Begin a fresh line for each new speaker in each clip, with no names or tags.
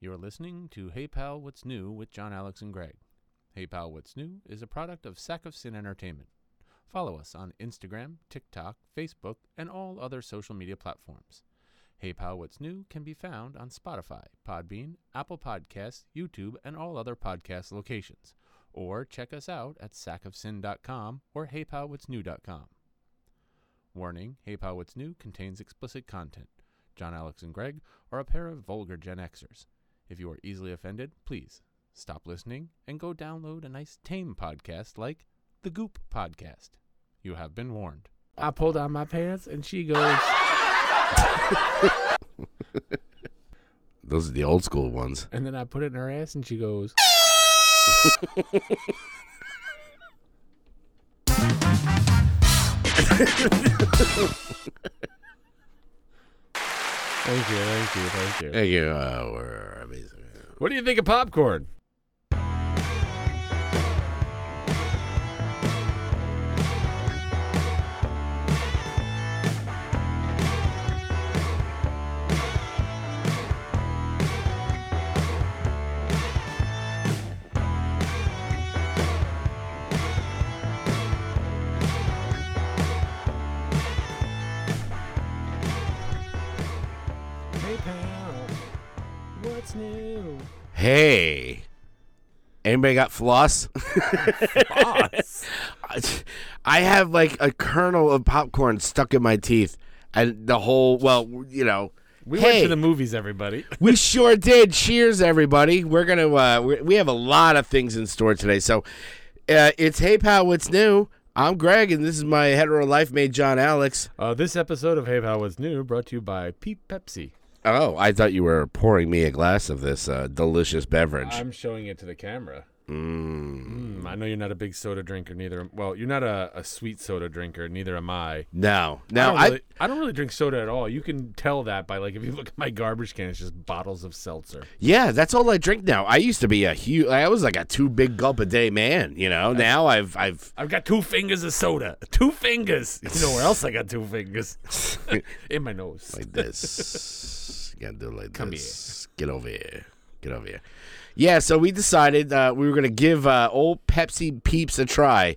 You're listening to Hey Pal, What's New with John Alex and Greg. Hey Pal, What's New is a product of Sack of Sin Entertainment. Follow us on Instagram, TikTok, Facebook, and all other social media platforms. Hey Pal, What's New can be found on Spotify, Podbean, Apple Podcasts, YouTube, and all other podcast locations. Or check us out at sackofsin.com or heypalwhatsnew.com. Warning, Hey Pal, What's New contains explicit content. John Alex and Greg are a pair of vulgar Gen Xers. If you are easily offended, please stop listening and go download a nice tame podcast like the Goop Podcast. You have been warned. I pull down my pants and she goes,
Those are the old school ones.
and then I put it in her ass and she goes. thank you, thank you, thank you.
Thank you. Uh, we're amazing.
What do you think of popcorn? Hey pal, what's new?
Hey, anybody got floss? I have like a kernel of popcorn stuck in my teeth, and the whole well, you know.
We
Hey.
went to the movies, everybody.
we sure did. Cheers, everybody. We're gonna uh, we we have a lot of things in store today. So uh, it's hey pal, what's new? I'm Greg, and this is my hetero life mate, John Alex.
Uh, this episode of Hey Pal, What's New brought to you by Peep Pepsi.
Oh, I thought you were pouring me a glass of this uh, delicious beverage.
I'm showing it to the camera.
Mm.
Mm, I know you're not a big soda drinker, neither. am- Well, you're not a, a sweet soda drinker, neither am I.
No,
I
no,
don't,
I,
really, I don't really drink soda at all. You can tell that by like if you look at my garbage can, it's just bottles of seltzer.
Yeah, that's all I drink now. I used to be a huge. I was like a two big gulp a day man. You know. Now I've I've
I've got two fingers of soda. Two fingers. You know where else I got two fingers? In my nose.
like this. you gotta do it like
Come
this. Get over here. Get over here. Yeah. So we decided uh, we were gonna give uh, old Pepsi Peeps a try.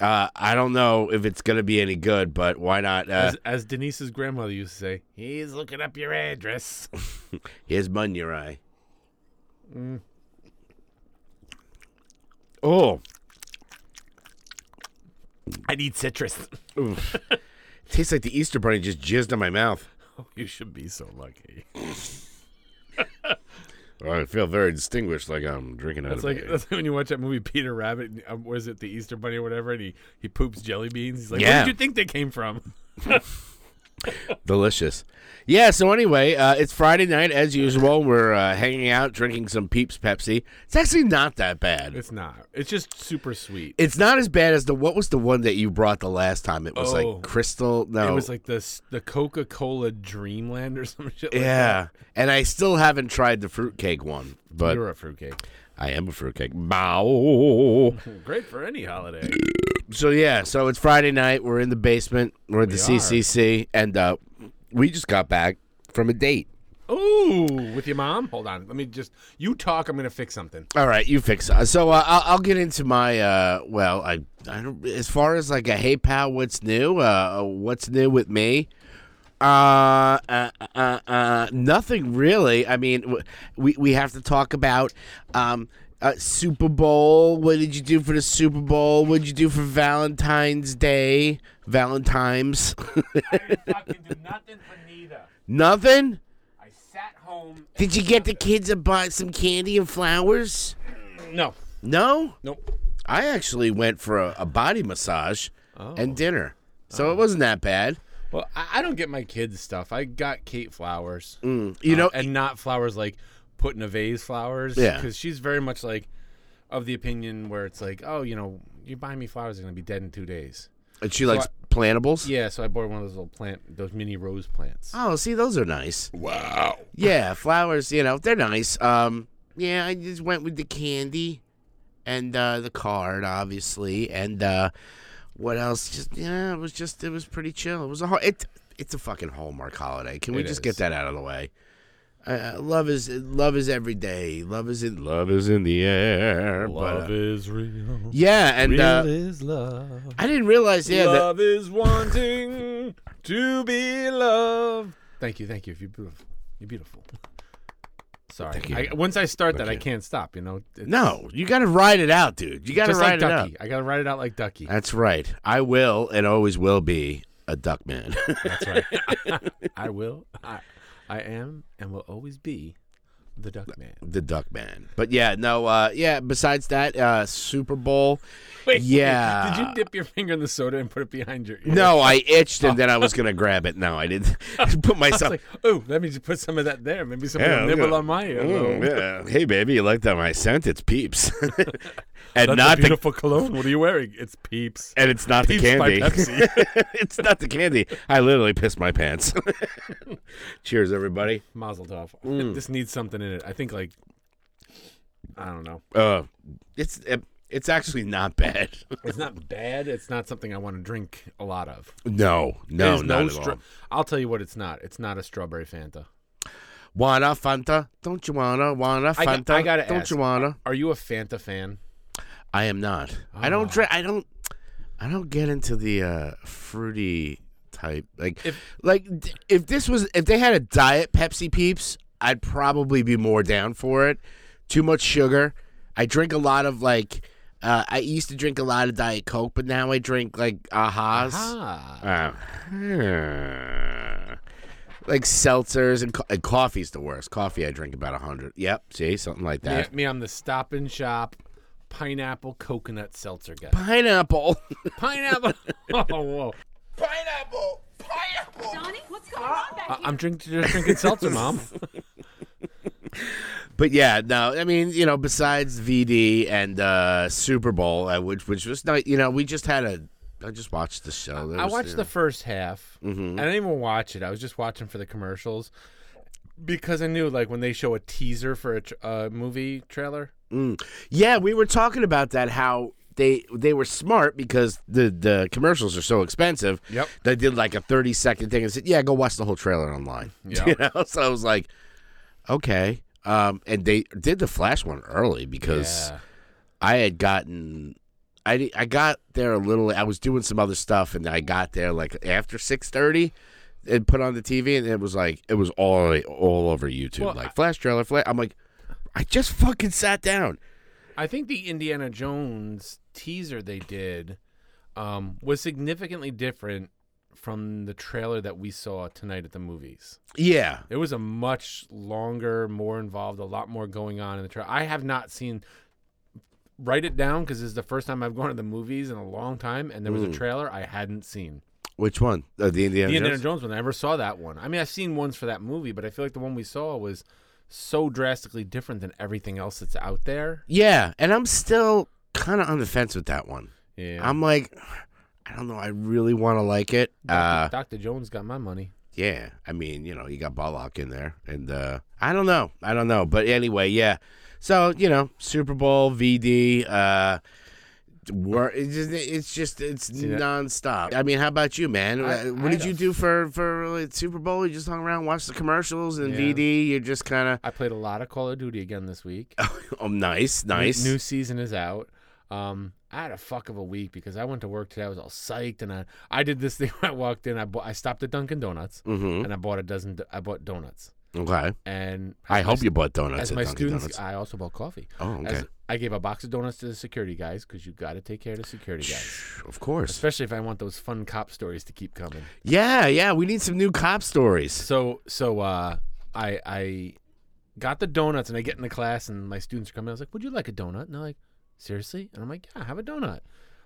Uh, I don't know if it's gonna be any good, but why not? Uh,
as, as Denise's grandmother used to say, he's looking up your address.
here's mud in your eye.
Mm.
Oh,
I need citrus.
tastes like the Easter Bunny just jizzed in my mouth.
you should be so lucky.
I feel very distinguished, like I'm drinking out
That's like that's like when you watch that movie Peter Rabbit. and, Um, was it the Easter Bunny or whatever? And he, he poops jelly beans. He's like,
Yeah.
where did you think they came from?
Delicious. Yeah, so anyway, uh, it's Friday night as usual. We're uh, hanging out, drinking some Peeps Pepsi. It's actually not that bad.
It's not. It's just super sweet.
It's not as bad as the what was the one that you brought the last time? It
Oh.
was like Crystal. No.
It was like this the Coca Cola Dreamland or some shit. Like
yeah. And I still haven't tried the fruitcake one,
that.
but
you're a fruitcake.
I am a fruitcake. Bow.
Great for any holiday.
So yeah, so it's Friday night. We're in the basement. We're at the
We are.
CCC, and uh, we just got back from a date.
Ooh, with your mom. Hold on. Let me just. You talk. I'm gonna fix something.
All right, you fix it. So uh, I'll, I'll get into my uh, well, I, I don't as far as like a hey pal, what's new? Uh, what's new with me? Uh, uh, uh, uh, nothing really. I mean, w- we we have to talk about um, uh, Super Bowl. What did you do for the Super Bowl? What did you do for Valentine's Day? Valentine's?
I didn't fucking do nothing for Nita.
nothing.
I sat home.
Did you get the kids to buy some candy and flowers?
No.
No.
Nope.
I actually went for a, a body massage and dinner. So it wasn't that bad.
Well, I, I don't get my kids stuff. I got Kate flowers.
You know,
and not flowers like put in a vase flowers.
Yeah.
Because she's very much like of the opinion where it's like, oh, you know, you buy me flowers, they're going to be dead in two days.
Uh, and she likes plantables.
Yeah, so I bought one of those little plant, those mini rose plants.
Oh, see, those are nice.
Wow.
Yeah, flowers, you know, they're nice. Um, yeah, I just went with the candy and uh, the card, obviously. And uh, what else? Just, yeah, it was just, it was pretty chill. It was a, ho- it, it's a fucking Hallmark holiday. Can we
It is.
just get that out of the way? Uh, love is love is every day. Love is in love is in the air.
Love
but, uh,
is real.
yeah, and
real
uh,
is love.
I didn't realize. Yeah, that,
love is wanting to be loved. Thank you, thank you. You're beautiful. You're beautiful. Sorry.
Thank you.
I, once I start that, I
you.
can't stop. You know. It's
no, you got to ride it out, dude. You got to
just like
ride it out.
Ducky. I gotta write it out like Ducky.
That's right. I will and always will be a duck man.
That's right. I will. I, I am and will always be the Duck Man.
the duck man. But yeah, no, uh, yeah. Besides that, uh, Super Bowl.
Wait,
Yeah.
Did you dip your finger in the soda and put it behind your ear?
No, I itched and then I was gonna grab it. No, I didn't put
It's
myself.
like, oh, let me just put some of that there. Maybe somebody
Yeah,
will nibble
yeah.
on my uh, ear. a little.
Mm, yeah. Hey, baby, you like that? My scent? It's peeps, and
That's
not
a
the
beautiful cologne. What are you wearing? It's Peeps.
and it's not
Peeps
the
by
candy.
Pepsi.
it's not the candy. I literally pissed my pants. Cheers, everybody.
Mazel tov. This needs something in it. I think like, I don't know.
Uh, it's it, it's actually not bad.
It's not bad. It's not something I want to drink a lot of.
No, no,
There's
not at
stra-
all.
I'll tell you what it's not. It's not a strawberry Fanta.
Wanna Fanta? Don't you wanna? Wanna
I got-
Fanta?
I gotta
Don't
ask.
you wanna?
Are you a Fanta fan?
I am not. I don't drink. I don't. I don't get into the uh, fruity type. Like,
If-
like d- if this was if they had a diet Pepsi Peeps, I'd probably be more down for it. Too much sugar. I drink a lot of like. Uh, I used to drink a lot of Diet Coke, but now I drink like Aha's.
Ah.
Uh, hmm. like seltzers and, co- and coffee's the worst. Coffee I drink about hundred. Yep, see something like
Me,
that.
me, I'm the Stop and Shop pineapple coconut seltzer guy.
Pineapple.
Pineapple. oh, whoa.
Pineapple! Pineapple!
Johnny, what's
Uh,
going on back
I- I'm drink- just drinking seltzer, mom.
But yeah, no, I mean, you know, besides VD and uh, Super Bowl, uh, which which was nice, you know, we just had a. I just watched the show. There
I
was,
watched
you
the first half. I didn't even watch it. I was just watching for the commercials because I knew like when they show a teaser for a tr uh, movie trailer.
know. Mm. Yeah, we were talking about that how they they were smart because the the commercials are so expensive.
Yep.
They did like a thirty second thing and said, "Yeah, go watch the whole trailer online."
Yeah.
You know, so I was like, okay. Um, and they did the Flash one early because.
Yeah.
I had gotten I, di- I got there a little I was doing some other stuff and I got there like after 6:30 and put on the TV and it was like it was all all over YouTube
Well,
like flash trailer flash I'm like I just fucking sat down.
I think the Indiana Jones teaser they did um, was significantly different from the trailer that we saw tonight at the movies.
Yeah.
It was a much longer, more involved, a lot more going on in the trailer. I have not seen. Write it down because this is the first time I've gone to the movies in a long time, and there was
Mm.
a trailer I hadn't seen.
Which one? Uh, the Indiana
The Indiana
Jones?
Jones one. I never saw that one. I mean, I've seen ones for that movie, but I feel like the one we saw was so drastically different than everything else that's out there.
Yeah, and I'm still kind of on the fence with that one.
Yeah.
I'm like I don't know, I really want to like it. Uh
Dr. Jones got my money.
Yeah, I mean, you know, you got Balak in there, and uh, I don't know, I don't know, but anyway, yeah. So you know, Super Bowl VD. Uh, wor- it's just it's, just, it's
that?
nonstop. I mean, how about you, man?
I-
Uh, what
I
did you
don't-
do for for like, Super Bowl? You just hung around, watched the commercials, and
Yeah.
VD. You're just kind
I played a lot of Call of Duty again this week.
of oh, nice, nice.
New, new season is out. Um, I had a fuck of a week because I went to work today. I was all psyched, and I, I did this thing. Where I walked in. I bought, I stopped at Dunkin' Donuts,
Mhm.
and I bought a dozen. do- I bought donuts,
Okay,
and
I
as
hope
my-
you bought donuts
As
at
my
Dunkin'
students,
Donuts.
I also bought coffee.
Oh, okay.
As I gave a box of donuts to the security guys because you got to take care of the security guys,
of course.
especially if I want those fun cop stories to keep coming.
Yeah, yeah. We need some new cop stories.
So so uh, I I got the donuts and I get in the class and my students are coming. I was like, "Would you like a donut?" And they're like, "Seriously?" And I'm like, "Yeah, have a donut."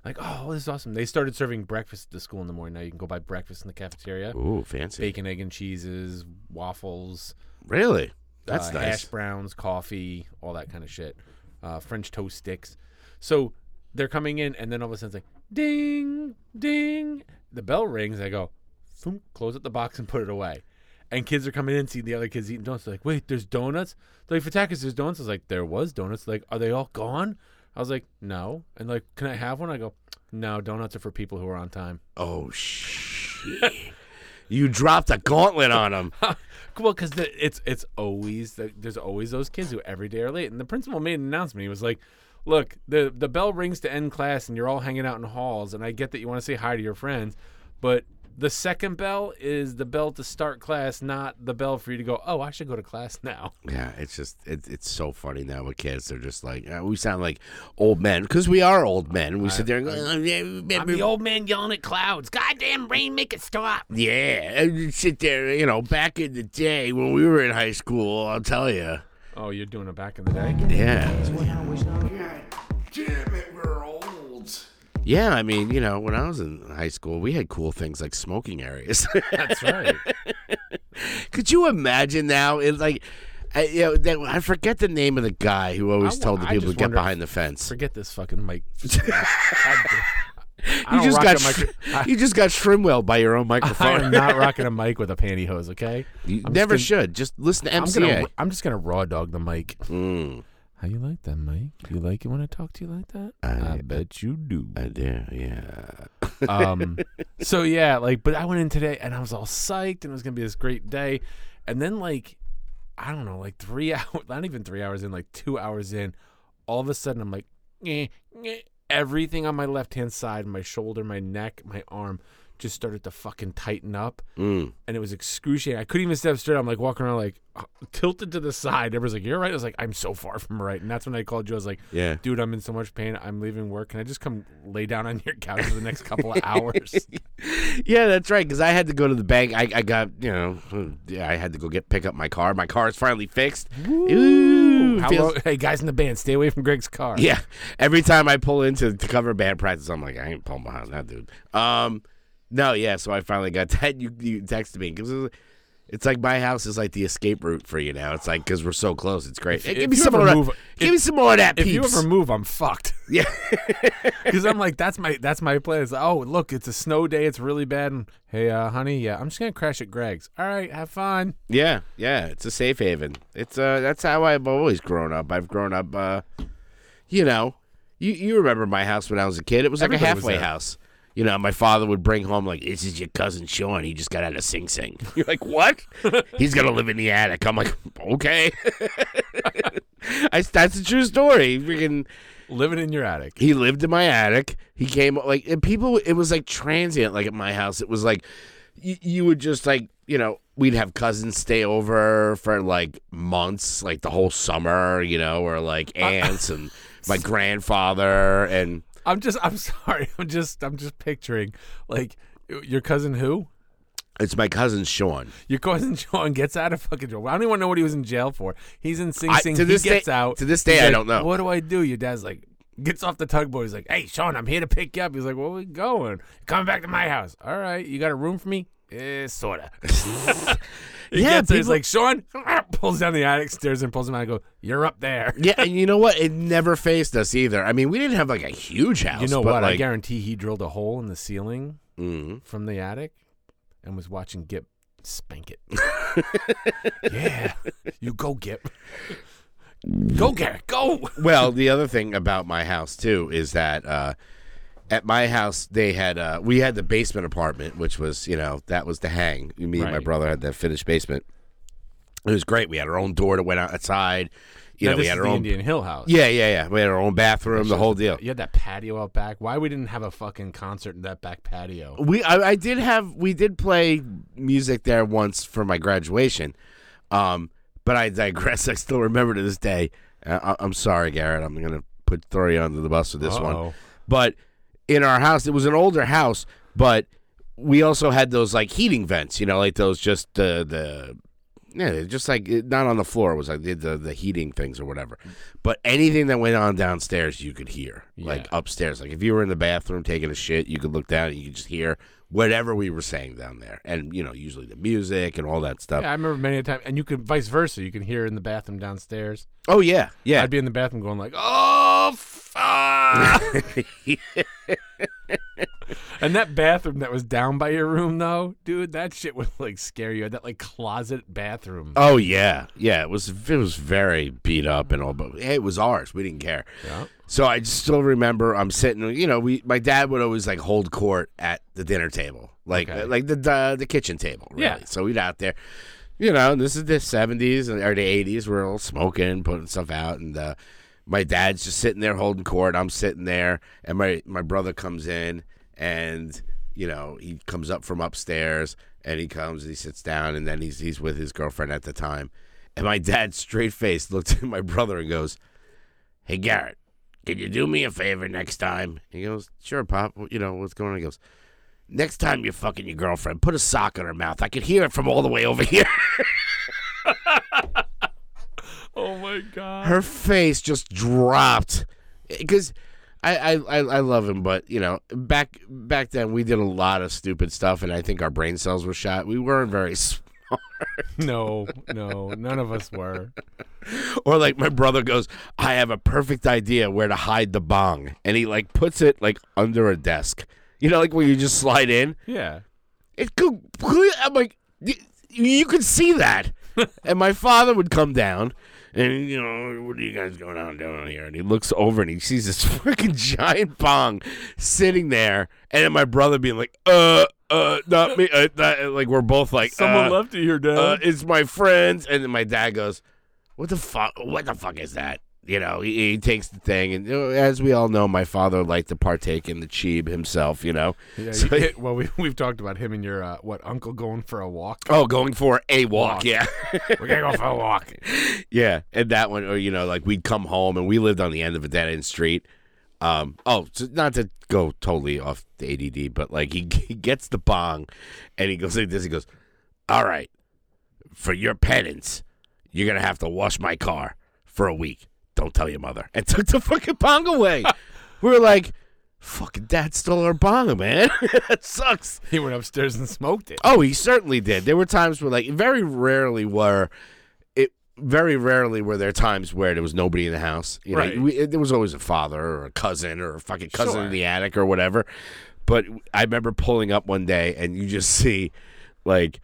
Like, oh, this is awesome. They started serving breakfast at the school in the morning. Now you can go buy breakfast in the cafeteria.
Ooh, fancy.
Bacon, egg, and cheeses, waffles,
Really? That's
uh,
nice.
hash browns, coffee, all that kind of shit. Uh, French toast sticks. So they're coming in, and then all of a sudden it's like ding, ding. The bell rings. I go, "Thump," close up the box and put it away. And kids are coming in, see the other kids eating donuts. They're like, wait, there's donuts? They're like, for tacos, there's donuts. I was like, there was donuts. They're like, are they all gone? I was like, no. And like, can I have one? I go, no, donuts are for people who are on time.
Oh shit. You dropped a gauntlet on him.
well, because it's it's always the, there's always those kids who every day are late. And the principal made an announcement. He was like, "Look, the the bell rings to end class, and you're all hanging out in halls. And I get that you want to say hi to your friends, but the second bell is the bell to start class, not the bell for you to go. Oh, I should go to class now.
Yeah, it's just it, it's so funny now with kids. They're just like uh, we sound like old men because we are old men. We sit there and go, "Oh, yeah,
I'm
remember-
the old man yelling at clouds. Goddamn rain, make it stop.
yeah, and you sit there. You know, back in the day when we were in high school, I'll tell you.
Oh, you're doing it back in the day.
Yeah,
Damn it, we're old.
yeah. I mean, you know, when I was in high school, we had cool things like smoking areas.
That's right.
Could you imagine now? It's like. I, you know, that, I forget the name of the guy who always
I wa-
told the
I
people to
just
get
wonder if-
behind the fence.
Forget this fucking mic. I, I
You
don't
just,
rock
got
a
sh-
mic- I-
you just got shrimwelled by your own
I
microphone.
am not rocking a mic with a pantyhose, okay?
You
I'm just
never
gonna-
should. Just listen to
I'm
MCA.
gonna, I'm just gonna raw dog the mic.
Mm.
How you like that, Mike? You like it when I talk to you like that? I, bet you do.
I do, yeah.
um, so yeah, like, but I went in today and I was all psyched and it was gonna be this great day, and then like, I don't know, like three hours, not even three hours in, like two hours in, all of a sudden I'm like, "Nyeh, nyeh." everything on my left hand side, my shoulder, my neck, my arm, just started to fucking tighten up.
Mm.
and it was excruciating. I couldn't even step straight. I'm like walking around like tilted to the side. Everyone's like, "You're right." I was like, "I'm so far from right." And that's when I called you. I was like,
Yeah.
dude, I'm in so much pain. I'm leaving work. Can I just come lay down on your couch for the next couple of hours?"
Yeah, that's right. Because I had to go to the bank. I, I got, you know, yeah, I had to go get pick up my car. My car is finally fixed. Ooh,
How
feels-
long, hey, guys in the band, stay away from Greg's car.
Yeah. Every time I pull into to cover band practice, I'm like, I ain't pulling behind that dude. Um, no, yeah. So I finally got that. You, you texted me because it's, it's like my house is like the escape route for you now. It's like because we're so close. It's great. Hey,
if
give me
you
some
ever
more. of that-
move-
give
if-
me some more of that.
If you
peeps.
ever move, I'm fucked.
yeah.
Because I'm like, that's my that's my plan. It's like, oh, look, it's a snow day. It's really bad. And, hey, uh, honey, yeah, I'm just gonna crash at Greg's. All right, have fun.
Yeah, yeah, it's a safe haven. It's uh that's how I've always grown up. I've grown up uh you know, you you remember my house when I was a kid. It was like a
Everybody was
halfway
there.
house. You know, my father would bring home like, "This is your cousin Sean. He just got out of Sing Sing." You're like, "What? He's gonna live in the attic." I'm like, "Okay." I, that's a true story. Freaking,
Living in your attic.
he lived in my attic. He came like and people. It was like transient. Like at my house, it was like you, you would just like you know we'd have cousins stay over for like months, like the whole summer, you know, or like
Uh,
aunts and my grandfather and
I'm just I'm sorry. I'm just I'm just picturing like your cousin who?
it's my cousin Sean.
Your cousin Sean gets out of fucking jail. I don't even know what he was in jail for. He's in Sing
I-
Sing.
to
he
this day-
gets out.
to this day,
He's
I
like,
don't know.
What do I do? Your dad's like gets off the tugboat. He's like, "Hey, Sean, I'm here to pick you up." He's like, "Where we going? Coming back to my house. All right, you got a room for me?" Eh, sorta. He
Yeah,
gets there, he's
people-
like, "Sean," pulls down the attic stairs and pulls him out. and go, "You're up there."
Yeah, and you know what? It never faced us either. I mean, we didn't have like a huge house.
You know
but,
what? I
Like,
guarantee he drilled a hole in the ceiling
Mhm.
from the attic and was watching Gip spank it. yeah. You go, Gip. Go, Garrett. Go.
Well, the other thing about my house too is that uh, at my house they had uh, we had the basement apartment, which was you know that was the hang. Me and my
Right.
brother had that finished basement. It was great. We had our own door that went outside. You know, we had our own.
Indian Hill house.
Yeah, yeah, yeah. We had our own bathroom, the whole deal.
You had that patio out back. Why we didn't have a fucking concert in that back patio?
We I, I did have we did play music there once for my graduation, um, but I digress. I still remember to this day. Uh, I, I'm sorry, Garrett. I'm gonna put throw you under the bus with this one.
Uh-oh.
But in our house, it was an older house, but we also had those like heating vents. You know, like those just the the. Yeah, they're just like it- not on the floor it was like the, the the heating things or whatever, but anything that went on downstairs you could hear, like
Yeah.
upstairs. Like if you were in the bathroom taking a shit, you could look down and you could just hear whatever we were saying down there, and you know usually the music and all that stuff.
Yeah, I remember many a time, and you could vice versa. You can hear in the bathroom downstairs.
Oh yeah, yeah.
I'd be in the bathroom going like, "Oh fuck!" Ah! and that bathroom that was down by your room, though, dude, that shit would like scare you. That like closet bathroom.
Oh yeah, yeah. It was it was very beat up and all, but hey, it was ours. We didn't care.
Yeah.
So I just still remember I'm sitting. You know, we my dad would always like hold court at the dinner table, like
Okay.
like the, the the kitchen table. Really.
Yeah.
So we'd out there. You know, and this is the '70s and- or the '80s. We're all smoking, putting stuff out, and uh, my dad's just sitting there holding court. I'm sitting there, and my my brother comes in, and you know he comes up from upstairs, and he comes, and he sits down, and then he's he's with his girlfriend at the time, and my dad straight faced looked at my brother and goes, "Hey Garrett." Can you do me a favor next time? He goes, Sure, Pop. You know, what's going on? He goes, Next time you're fucking your girlfriend, put a sock in her mouth. I could hear it from all the way over here.
Oh my god.
her face just dropped. Because I, I, I, I love him, but, you know, back back then we did a lot of stupid stuff, and I think our brain cells were shot. We weren't very. s-
No, no, none of us were.
Or, like, my brother goes, I have a perfect idea where to hide the bong. And he, like, puts it, like, under a desk. You know, like, where you just slide in?
Yeah.
It could. I'm like, y- you could see that. and my father would come down, and you know, what are you guys going on down here? And he looks over and he sees this fucking giant bong sitting there, and then my brother being like, uh, uh, not me. Uh, not, like we're both like, uh,
left it here, Dad.
uh, it's my friends. And then my dad goes, what the fuck? What the fuck is that? You know, he, he takes the thing, and you know, as we all know, my father liked to partake in the cheeb himself. You know,
yeah,
so-
you- well, we, we've talked about him and your uh, what uncle going for a walk.
oh, going for a walk.
Walk.
yeah.
We're gonna go for a walk.
Yeah, and that one, or you know, like we'd come home and we lived on the end of a dead end street. Um, oh, so not to go totally off the ADD, but like he, he gets the bong, and he goes like this. He goes, "All right, for your penance, you're gonna have to wash my car for a week. Don't tell your mother." And took the fucking bong away. we were like, "Fucking dad stole our bong, man. that sucks."
He went upstairs and smoked it.
Oh, he certainly did. There were times where, like, very rarely were it. Very rarely were there times where there was nobody in the house. You
Right.
know, we, it, there was always a father or a cousin or a fucking cousin
Sure.
in the attic or whatever. But I remember pulling up one day and you just see, like,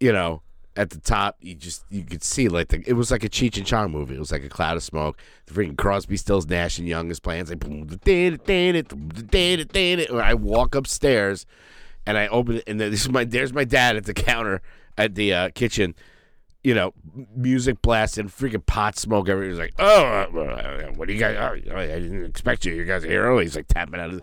you know, at the top you just you could see like the it was like a Cheech and Chong movie. It was like a cloud of smoke. The freaking Crosby, Stills, Nash and Young is playing. It's like boom, da, da, da, da, da, da, da, da. I walk upstairs and I open it, and then this is my there's my dad at the counter at the uh, kitchen. You know, m- music blasting, freaking pot smoke. Everybody's like, "Oh, uh, uh, what do you guys? oh, I didn't expect you. You guys are here early." He's like tapping out. His,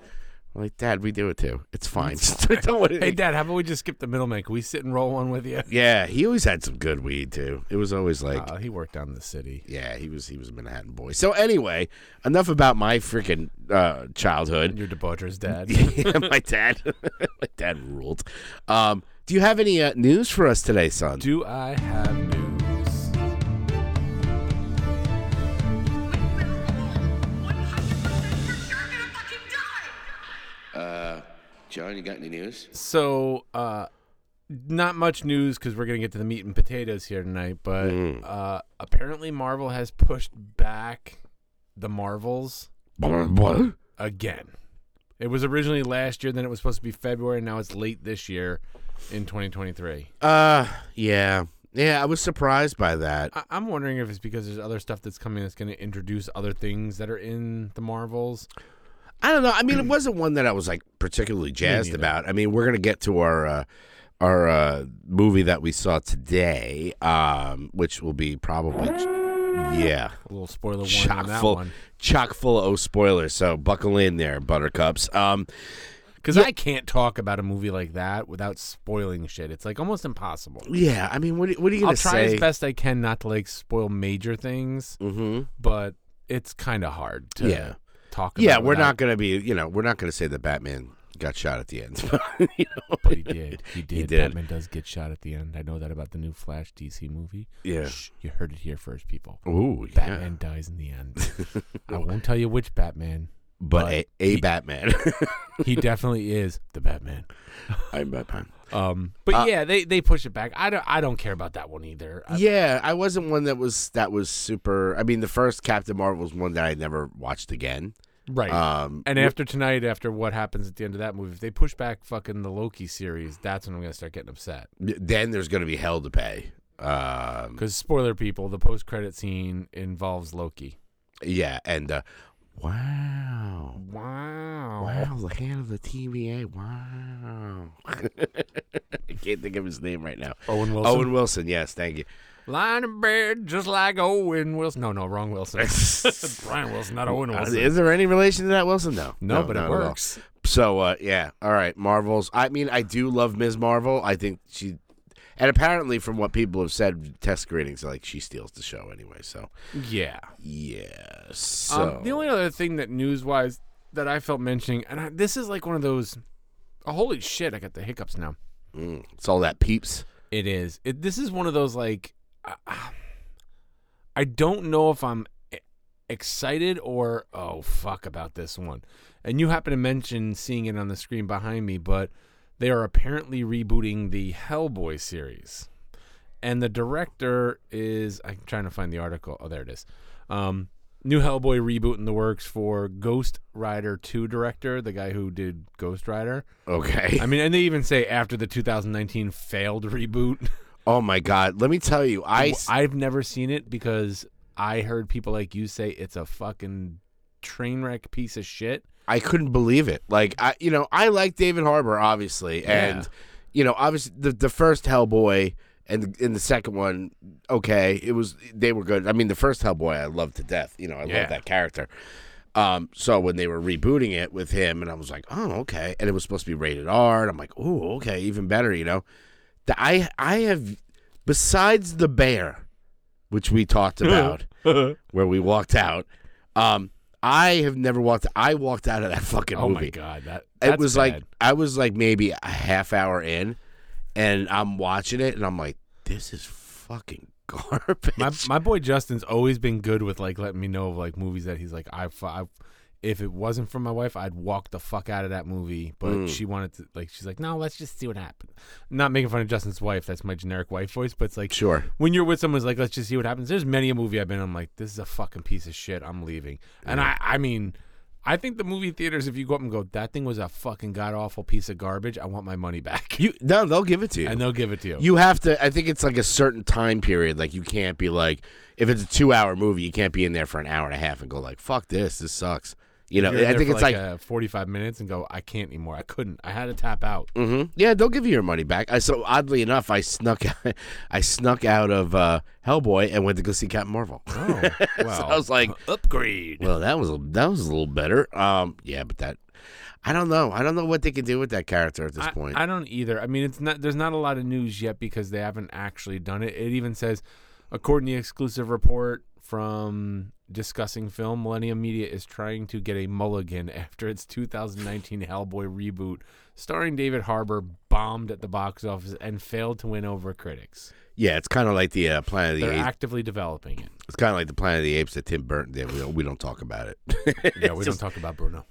I'm like, Dad, we do it too. It's fine. Don't worry."
Hey, Dad, how about we just skip the middleman? Can we sit and roll one with you?
Yeah, he always had some good weed too. It was always like,
Uh, he worked down in the city.
yeah, he was he was a Manhattan boy. So anyway, enough about my freaking uh, childhood.
Your debaucher's dad.
Yeah, my dad, my dad ruled. Um, do you have any uh, news for us today, son?
Do I have news?
You're gonna fucking die!
John, you got any news?
So, uh, not much news because we're going to get to the meat and potatoes here tonight, but uh, apparently Marvel has pushed back the Marvels
Uh,
again. It was originally last year, then it was supposed to be February, and now it's late this year in 2023.
Uh, yeah, yeah. I was surprised by that.
I- I'm wondering if it's because there's other stuff that's coming that's going to introduce other things that are in the Marvels.
I don't know. I mean, it wasn't one that I was like particularly jazzed
neither.
about. I mean, we're gonna get to our uh, our uh, movie that we saw today, um, which will be probably yeah,
A little spoiler warning on
chock
that
full,
one.
chock full of spoilers. So buckle in there, buttercups. Um,
Because I can't talk about a movie like that without spoiling shit. It's like almost impossible.
yeah. I mean, what are- what are you gonna
I'll try
say?
as best I can not to like spoil major things,
hmm
but it's kind of hard to
Yeah.
talk. about
Yeah, we're
without-
not gonna be. You know, we're not gonna say that Batman got shot at the end. You know?
But he did. He did.
did.
Batman does get shot at the end. I know that about the new Flash DC movie.
Yeah.
Shh, you heard it here first, people.
Ooh, yeah.
Batman dies in the end. I won't tell you which Batman.
but a, a Batman.
He definitely is the Batman.
I'm Batman.
Um, but yeah, they, they push it back. I don't I don't care about that one either. Uh, I-
Uh, Yeah, I wasn't one that was that was super. I mean, the first Captain Marvel was one that I never watched again.
Right.
Um,
and after tonight, after what happens at the end of that movie, if they push back fucking the Loki series, that's when I'm gonna start getting upset.
then there's going to be hell to pay. Um,
Because spoiler, people, the post credit scene involves Loki.
yeah, and uh, wow,
Wow.
wow, the hand of the TVA, wow. I can't think of his name right now.
Owen Wilson.
Owen Wilson, yes, thank you.
Lying in bed just like Owen Wilson. No, no, wrong Wilson. Brian Wilson, not Owen
Uh,
Wilson.
Is there any relation to that Wilson? No,
no, but
not
it
at all.
works.
So uh, yeah, all right, Marvels. I mean, I do love Ms. Marvel. I think she, and apparently from what people have said, test ratings like she steals the show anyway. So
Yeah.
yeah,
Um,
so
the only other thing that news wise that I felt mentioning, and I, this is like one of those, oh, holy shit, I got the hiccups now.
Mm, it's all that peeps.
It is. It, this is one of those like, uh, I don't know if I'm e- excited or oh fuck about this one. And you happen to mention seeing it on the screen behind me, but they are apparently rebooting the Hellboy series, and the director is I'm trying to find the article. Oh, there it is. Um, new Hellboy reboot in the works for Ghost Rider 2 director, the guy who did Ghost Rider.
Okay.
I mean, and they even say after the 2019 failed reboot.
oh my God. Let me tell you, I
Well, I've never seen it because I heard people like you say it's a fucking train wreck piece of shit.
I couldn't believe it. Like I, you know, I like David Harbour obviously, and
Yeah.
you know, obviously the the first Hellboy and the, and the second one, okay, it was they were good. I mean, the first Hellboy I loved to death. You know, I
Yeah.
love that character. Um, so when they were rebooting it with him, and I was like, oh, okay, and it was supposed to be rated R, and I'm like, oh, okay, even better, you know. The, I I have besides the bear, which we talked about
Oh
where we walked out. Um, I have never walked. I walked out of that fucking
Oh
movie.
my god, that
it was like I was like maybe a half hour in, and I'm watching it, and I'm like, this is fucking garbage.
my my boy Justin's always been good with like letting me know of like movies that he's like I, fu- I if it wasn't for my wife, I'd walk the fuck out of that movie. But
Mm.
she wanted to like she's like no, let's just see what happens. Not making fun of Justin's wife. That's my generic wife voice, but it's like
Sure.
when you're with someone who's like, let's just see what happens. There's many a movie I've been. I'm like, this is a fucking piece of shit. I'm leaving. And I, I mean, I think the movie theaters, if you go up and go, that thing was a fucking god awful piece of garbage. I want my money back.
you no, they'll give it to you.
and they'll give it to you.
you have to. I think it's like a certain time period. Like you can't be like, if it's a two hour movie, you can't be in there for an hour and a half and go like, fuck this, this sucks. You know,
You're in
I
there
think
for
it's
like,
like
uh, 45 minutes and go, I can't anymore. I couldn't. I had to tap out.
hmm Yeah, they'll give you your money back. I, so oddly enough, I snuck, I snuck out of uh, Hellboy and went to go see Captain Marvel.
Oh, well,
I was like,
upgrade.
well, that was a, that was a little better. Um, yeah, but that, I don't know. I don't know what they can do with that character at this
I,
point.
I don't either. I mean, it's not. There's not a lot of news yet because they haven't actually done it. It even says, according to the exclusive report from discussing film, Millennium Media is trying to get a mulligan after its 2019 Hellboy reboot, starring David Harbour, bombed at the box office and failed to win over critics.
yeah, it's kind of like the uh, Planet of the
They're
Apes.
actively developing it.
it's kind of like the Planet of the Apes that Tim Burton did. We don't, we don't talk about it.
Yeah, we don't talk about Bruno.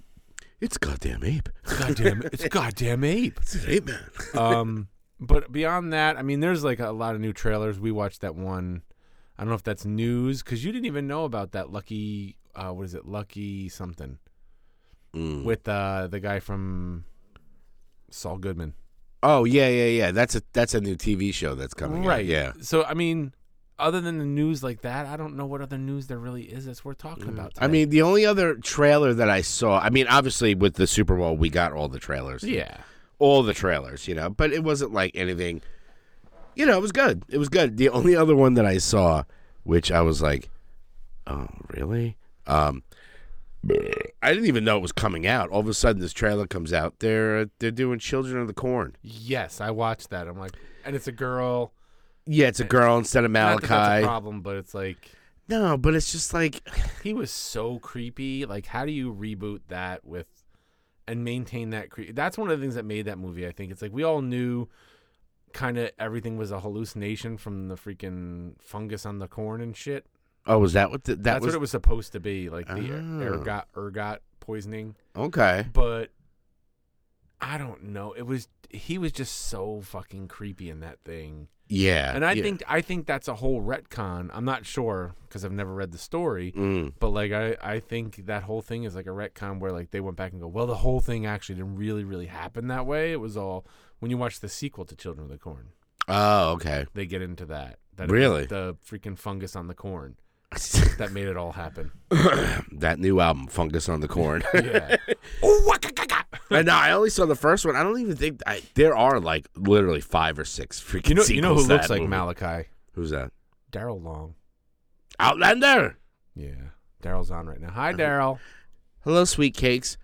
it's a goddamn ape.
It's goddamn. it's a goddamn ape.
It's an ape man.
um, but beyond that, I mean, there's like a lot of new trailers. We watched that one. I don't know if that's news because you didn't even know about that lucky. Uh, what is it? Lucky something
Mm.
with uh, the guy from Saul Goodman.
Oh yeah, yeah, yeah. That's a that's a new TV show that's coming. out.
right.
Yeah.
So I mean, other than the news like that, I don't know what other news there really is that's worth talking about.
Mm, I
today.
mean, the only other trailer that I saw, I mean, obviously with the Super Bowl, we got all the trailers.
yeah.
All the trailers, you know, but it wasn't like anything. You know, it was good. It was good. The only other one that I saw, which I was like, oh, really? Um, I didn't even know it was coming out. All of a sudden, this trailer comes out. They're they're doing Children of the Corn.
Yes, I watched that. I'm like, and it's a girl.
Yeah, it's a girl instead of
Not that that's a
Malachi.
problem, but it's like.
No, but it's just like
He was so creepy. Like, how do you reboot that with and maintain that? Cre- That's one of the things that made that movie. I think it's like we all knew kind of everything was a hallucination from the freaking fungus on the corn and shit.
oh, was that what the, that
That's
was?
what it was supposed to be, like the er-
Oh.
ergot ergot poisoning.
Okay.
But I don't know. It was he was just so fucking creepy in that thing.
Yeah.
And I
Uh, yeah.
think I think that's a whole retcon. I'm not sure because I've never read the story,
Mm.
but like I, I think that whole thing is like a retcon where like they went back and go, well, the whole thing actually didn't really really happen that way. It was all when you watch the sequel to Children of the Corn,
Oh, okay.
they get into that. that it was
Really?
the freaking fungus on the corn that made it all happen.
that new album, Fungus on the Corn.
Yeah,
and no, I only saw the first one. I don't even think I, there are like literally five or six freaking.
you know you know
sequels
who
to that
looks like
movie.
Malachi?
Who's that?
Daryl Long.
Outlander.
Yeah, Daryl's on right now.
Uh-huh.
Hi, Daryl.
Hello, sweet cakes.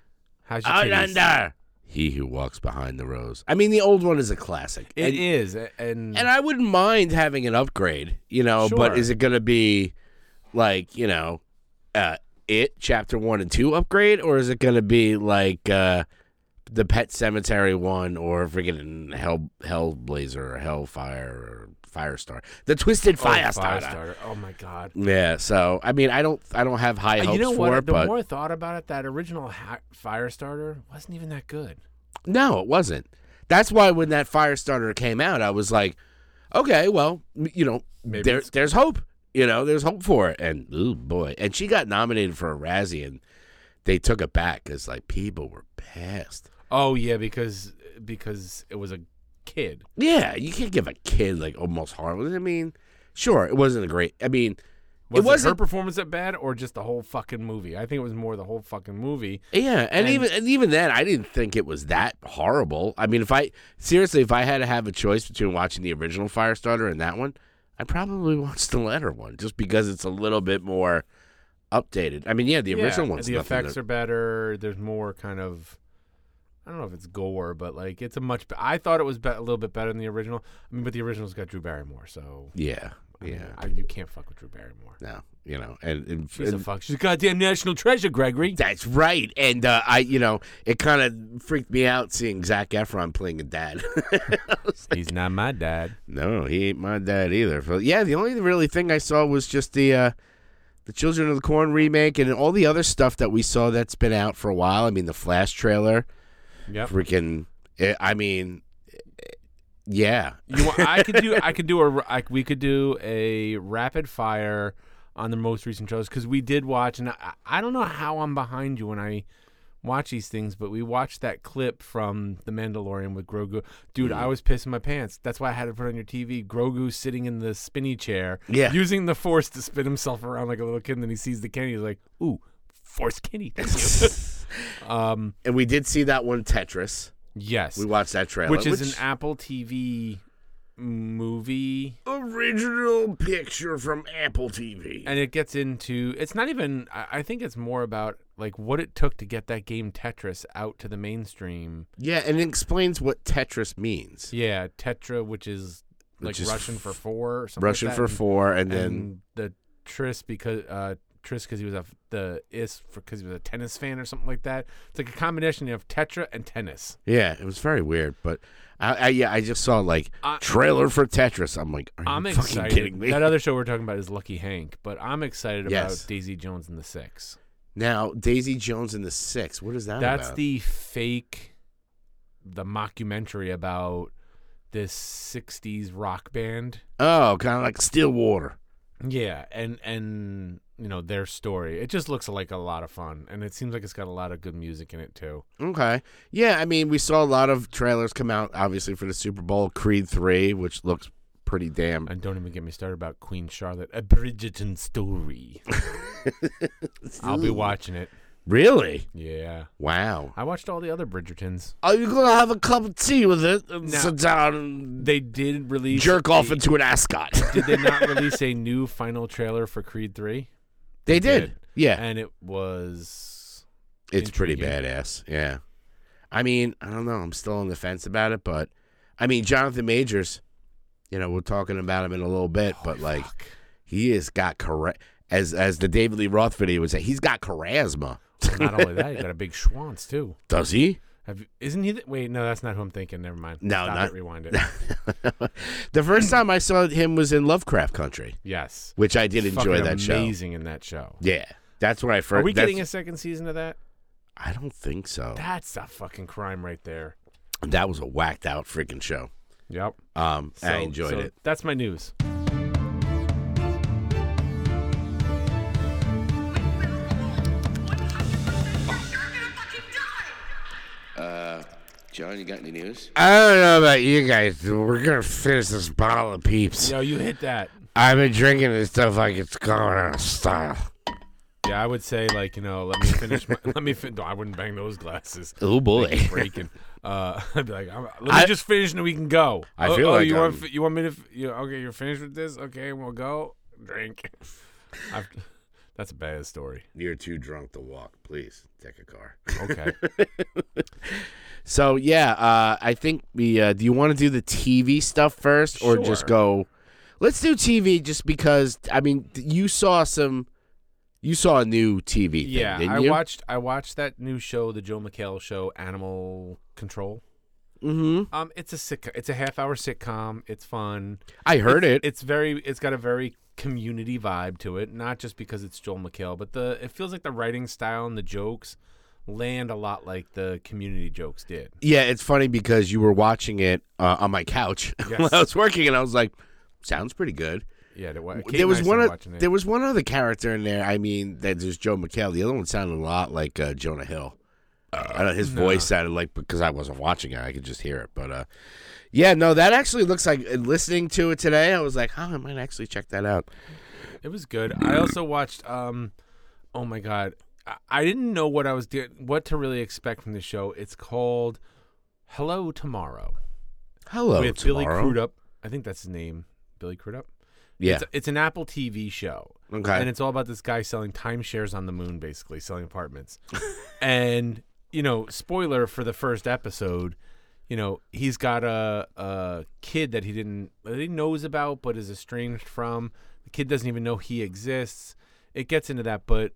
How's
Oh,
your titties?
Outlander. He who walks behind the rose. I mean, the old one is a classic.
It
and,
is, a- and,
and I wouldn't mind having an upgrade, you know.
Sure.
But is it going to be like you know, uh, it chapter one and two upgrade, or is it going to be like uh, the Pet Cemetery one, or freaking Hell Hellblazer or Hellfire or Firestar, the Twisted
oh,
Firestarter?
Firestarter. Oh my god.
Yeah. So I mean, I don't I don't have high
Uh,
hopes
you know
for
what?
it,
the
but
more I thought about it, that original ha- Firestarter wasn't even that good.
No, it wasn't. That's why when that Firestarter came out, I was like, okay, well, m- you know,
Maybe
there,
it's-
there's hope. You know, there's hope for it. And, oh boy. And she got nominated for a Razzie, and they took it back because, like, people were pissed.
Oh yeah, because because it was a kid.
Yeah, you can't give a kid, like, almost harmless. I mean, sure, it wasn't a great. I mean,
Was it, her
wasn't-
performance that bad, or just the whole fucking movie? I think it was more the whole fucking movie.
Yeah, and,
And-
even and even then, I didn't think it was that horrible. I mean, if I seriously, if I had to have a choice between watching the original Firestarter and that one, I probably watch the latter one just because it's a little bit more updated. I mean, yeah, the
Yeah,
original one's
The
nothing
effects
to-
are better. There's more kind of. I don't know if it's gore, but like it's a much. Be- I thought it was be- a little bit better than the original. I mean, but the original's got Drew Barrymore, so
yeah,
I mean,
yeah,
I, you can't fuck with Drew Barrymore.
no, you know, and, and-
She's a
and-
fuck. She's a goddamn national treasure, Gregory.
that's right. And uh, I, you know, it kind of freaked me out seeing Zach Efron playing a dad. I was
He's not my dad.
No, he ain't my dad either. But yeah, the only really thing I saw was just the uh, the Children of the Corn remake and all the other stuff that we saw that's been out for a while. I mean, the Flash trailer,
Yep.
freaking. eh, I mean, eh, yeah,
You want, I could do. I could do a. I, we could do a rapid fire on the most recent shows because we did watch, and I, I don't know how I'm behind you when I watch these things, but we watched that clip from The Mandalorian with Grogu. Dude,
Mm.
I was pissing my pants. That's why I had to put it on your TV. Grogu sitting in the spinny chair,
Yeah.
using the Force to spin himself around like a little kid. And then he sees the Kenny. He's like, "Ooh, Force Kenny." Thank you. um,
and we did see that one Tetris.
yes,
We watched that trailer,
which is an Apple TV movie.
original picture from Apple TV.
and it gets into it's not even I, I think it's more about like what it took to get that game tetris out to the mainstream
yeah, and it explains what Tetris means.
yeah tetra which is like
Which is
russian for four or something like
Russian
that,
for
and-
four, and, then
and the tris because uh tris because he was a f- the is because he was a tennis fan or something like that it's like a combination of tetra and tennis
yeah, it was very weird. But I, I yeah, I just saw like
I-
trailer for Tetris. I'm like, are you
i'm
fucking
excited
kidding me?
that other show we're talking about is lucky hank but i'm excited
Yes.
about daisy jones and the six
Now, Daisy Jones and the Six. What is that
That's
about?
the fake, the mockumentary about this '60s rock band.
oh, kind of like Stillwater.
Yeah, and and you know their story. It just looks like a lot of fun, and it seems like it's got a lot of good music in it too.
Okay. Yeah, I mean, we saw a lot of trailers come out, obviously, for the Super Bowl. Creed 3, which looks pretty damn.
And don't even get me started about Queen Charlotte, a Bridgerton story. I'll be watching it.
Really?
Yeah,
Wow.
I watched all the other Bridgertons.
Are you going to have a cup of tea with it and
No.
sit down and
They did release
jerk off
a-
into an ascot?
did they not release a new final trailer for Creed Three?
they did.
did.
Yeah.
And it was
It's pretty
Intriguing.
badass. Yeah. I mean, I don't know. I'm still on the fence about it, but I mean, Jonathan Majors, you know, we're talking about him in a little bit, but like he has got correct as as the David Lee Roth video would say, he's got charisma.
Not only that, he got a big schwanz too.
Does he?
Have you, isn't he? The, wait, no, that's not who I'm thinking. Never mind.
No,
Stop
not-
it, rewind it.
the first time I saw him was in Lovecraft Country,
yes,
which I did
Fucking
enjoy that show.
Amazing in that show.
Yeah. That's where I first
Are we
that's-
getting a second season of that?
I don't think so.
That's a fucking crime right there.
That was a whacked out freaking show.
Yep.
Um, I
So-
enjoyed
so
it.
That's my news.
Johnny, you got any news?
I don't know about you guys. but We're gonna finish this bottle of peeps.
Yo, you hit that.
I've been drinking this stuff like it's going out of style.
Yeah, I would say like you know, let me finish. My, let me. Fin- no, I wouldn't bang those glasses.
Oh boy!
Breaking. Uh, I'd be like, I'm, let me
I-
just finish and we can go.
I
oh,
feel
oh,
like
you
I'm-
want fi- you want me to? f- You, okay, you're finished with this. Okay, we'll go drink. I've, that's a bad story.
You're too drunk to walk. Please take a car.
Okay.
So yeah, uh, I think we. Uh, do you want to do the TV stuff first, or just
Sure.
go? Let's do TV, just because. I mean, th- you saw some. You saw a new TV. thing,
yeah,
didn't
I
you?
watched I watched that new show, the Joe McHale show, Animal Control.
hmm
Um, it's a sitcom. It's a half hour sitcom. It's fun.
I heard
It's-
it.
It's very. It's got a very community vibe to it. Not just because it's Joel McHale, but the it feels like the writing style and the jokes land a lot like the community jokes did.
Yeah, it's funny because you were watching it uh, on my couch while
Yes.
I was working, and I was like, "Sounds pretty good."
Yeah, there,
there was one.
Of,
oth- there was one other character in there. I mean, that was Joe McHale. The other one sounded a lot like uh, Jonah Hill. I know his voice sounded like because I wasn't watching it, I could just hear it. But uh, yeah, no, that actually looks like and listening to it today. I was like, "Oh, I might actually check that out."
It was good. I also watched. Um, oh my god, I, I didn't know what I was doing, what to really expect from the show. It's called Hello Tomorrow
Hello,
with
tomorrow.
Billy Crudup. I think that's his name, Billy Crudup.
Yeah,
It's, it's an Apple TV show.
Okay.
And it's all about this guy selling timeshares on the moon, basically selling apartments. and you know, spoiler for the first episode, you know, he's got a a kid that he didn't that he knows about, but is estranged from. The kid doesn't even know he exists. It gets into that, but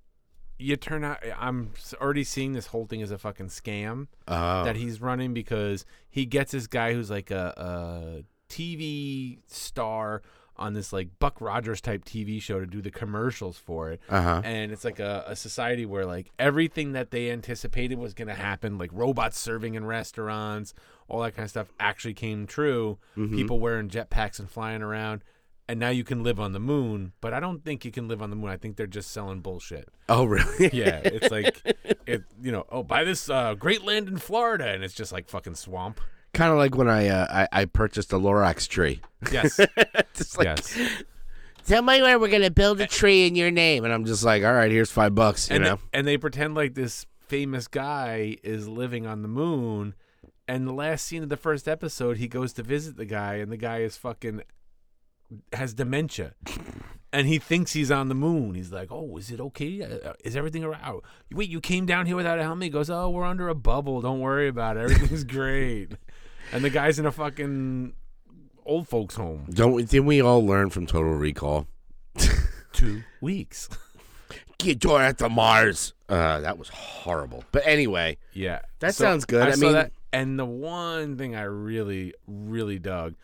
you turn out. I'm s- already seeing this whole thing as a fucking scam
Oh.
that he's running because he gets this guy who's like a, a TV star on this like Buck Rogers type TV show to do the commercials for it.
Uh-huh.
And it's like a, a society where like everything that they anticipated was going to happen, like robots serving in restaurants, all that kind of stuff actually came true. People wearing jetpacks and flying around. And now you can live on the moon, but I don't think you can live on the moon. I think they're just selling bullshit.
oh, really?
Yeah, it's like it, you know, oh, buy this uh, great land in Florida, and it's just like fucking swamp.
kind of like when I, uh, I I purchased a Lorax tree.
Yes,
just like,
yes.
tell me where we're gonna build a tree in your name, and I'm just like, "All right, here's five bucks." You
And
know.
they, and they pretend like this famous guy is living on the moon. And the last scene of the first episode, he goes to visit the guy, and the guy is fucking has dementia. And he thinks he's on the moon. He's like, "Oh, is it okay? Uh, Is everything around? Wait, you came down here without a helmet?" He goes, "Oh, we're under a bubble. Don't worry about it. Everything's great." And the guy's in a fucking old folks' home.
Don't didn't we all learn from Total Recall?
Two weeks.
Get your ass to Mars. Uh, that was horrible. But anyway,
Yeah.
That sounds good. I
saw
mean-
and the one thing I really, really dug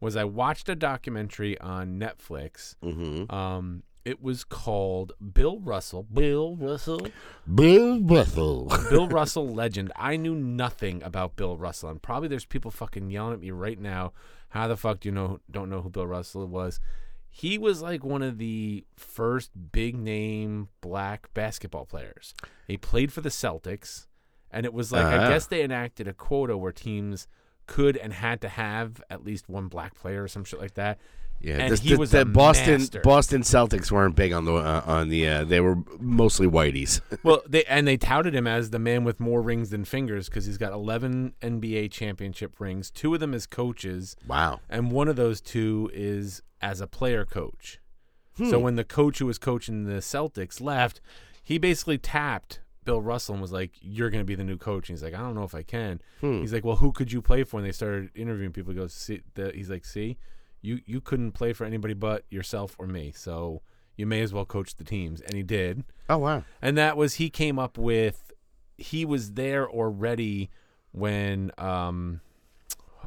was I watched a documentary on Netflix.
Mm-hmm.
Um, it was called Bill Russell. Bill Russell.
Bill Russell.
Bill Russell legend. I knew nothing about Bill Russell, and probably there's people fucking yelling at me right now. How the fuck do you know? Don't know who Bill Russell was? He was like one of the first big name black basketball players. He played for the Celtics, and it was like
Ah.
I guess they enacted a quota where teams could and had to have at least one black player or some shit like that.
Yeah,
and
this-
he
this-
was
the
a
Boston
master.
Boston Celtics weren't big on the uh, on the. Uh, they were mostly whiteys.
Well, they and they touted him as the man with more rings than fingers because he's got 11 NBA championship rings. Two of them as coaches,
Wow.
and one of those two is as a player coach. So when the coach who was coaching the Celtics left, he basically tapped Bill Russell and was like, "You're going to be the new coach." And he's like, "I don't know if I can." He's like, "Well, who could you play for?" And they started interviewing people. He goes, "See," the, he's like, "See, you you couldn't play for anybody but yourself or me, so you may as well coach the teams." And he did
Oh wow.
and that was he came up with he was there already when um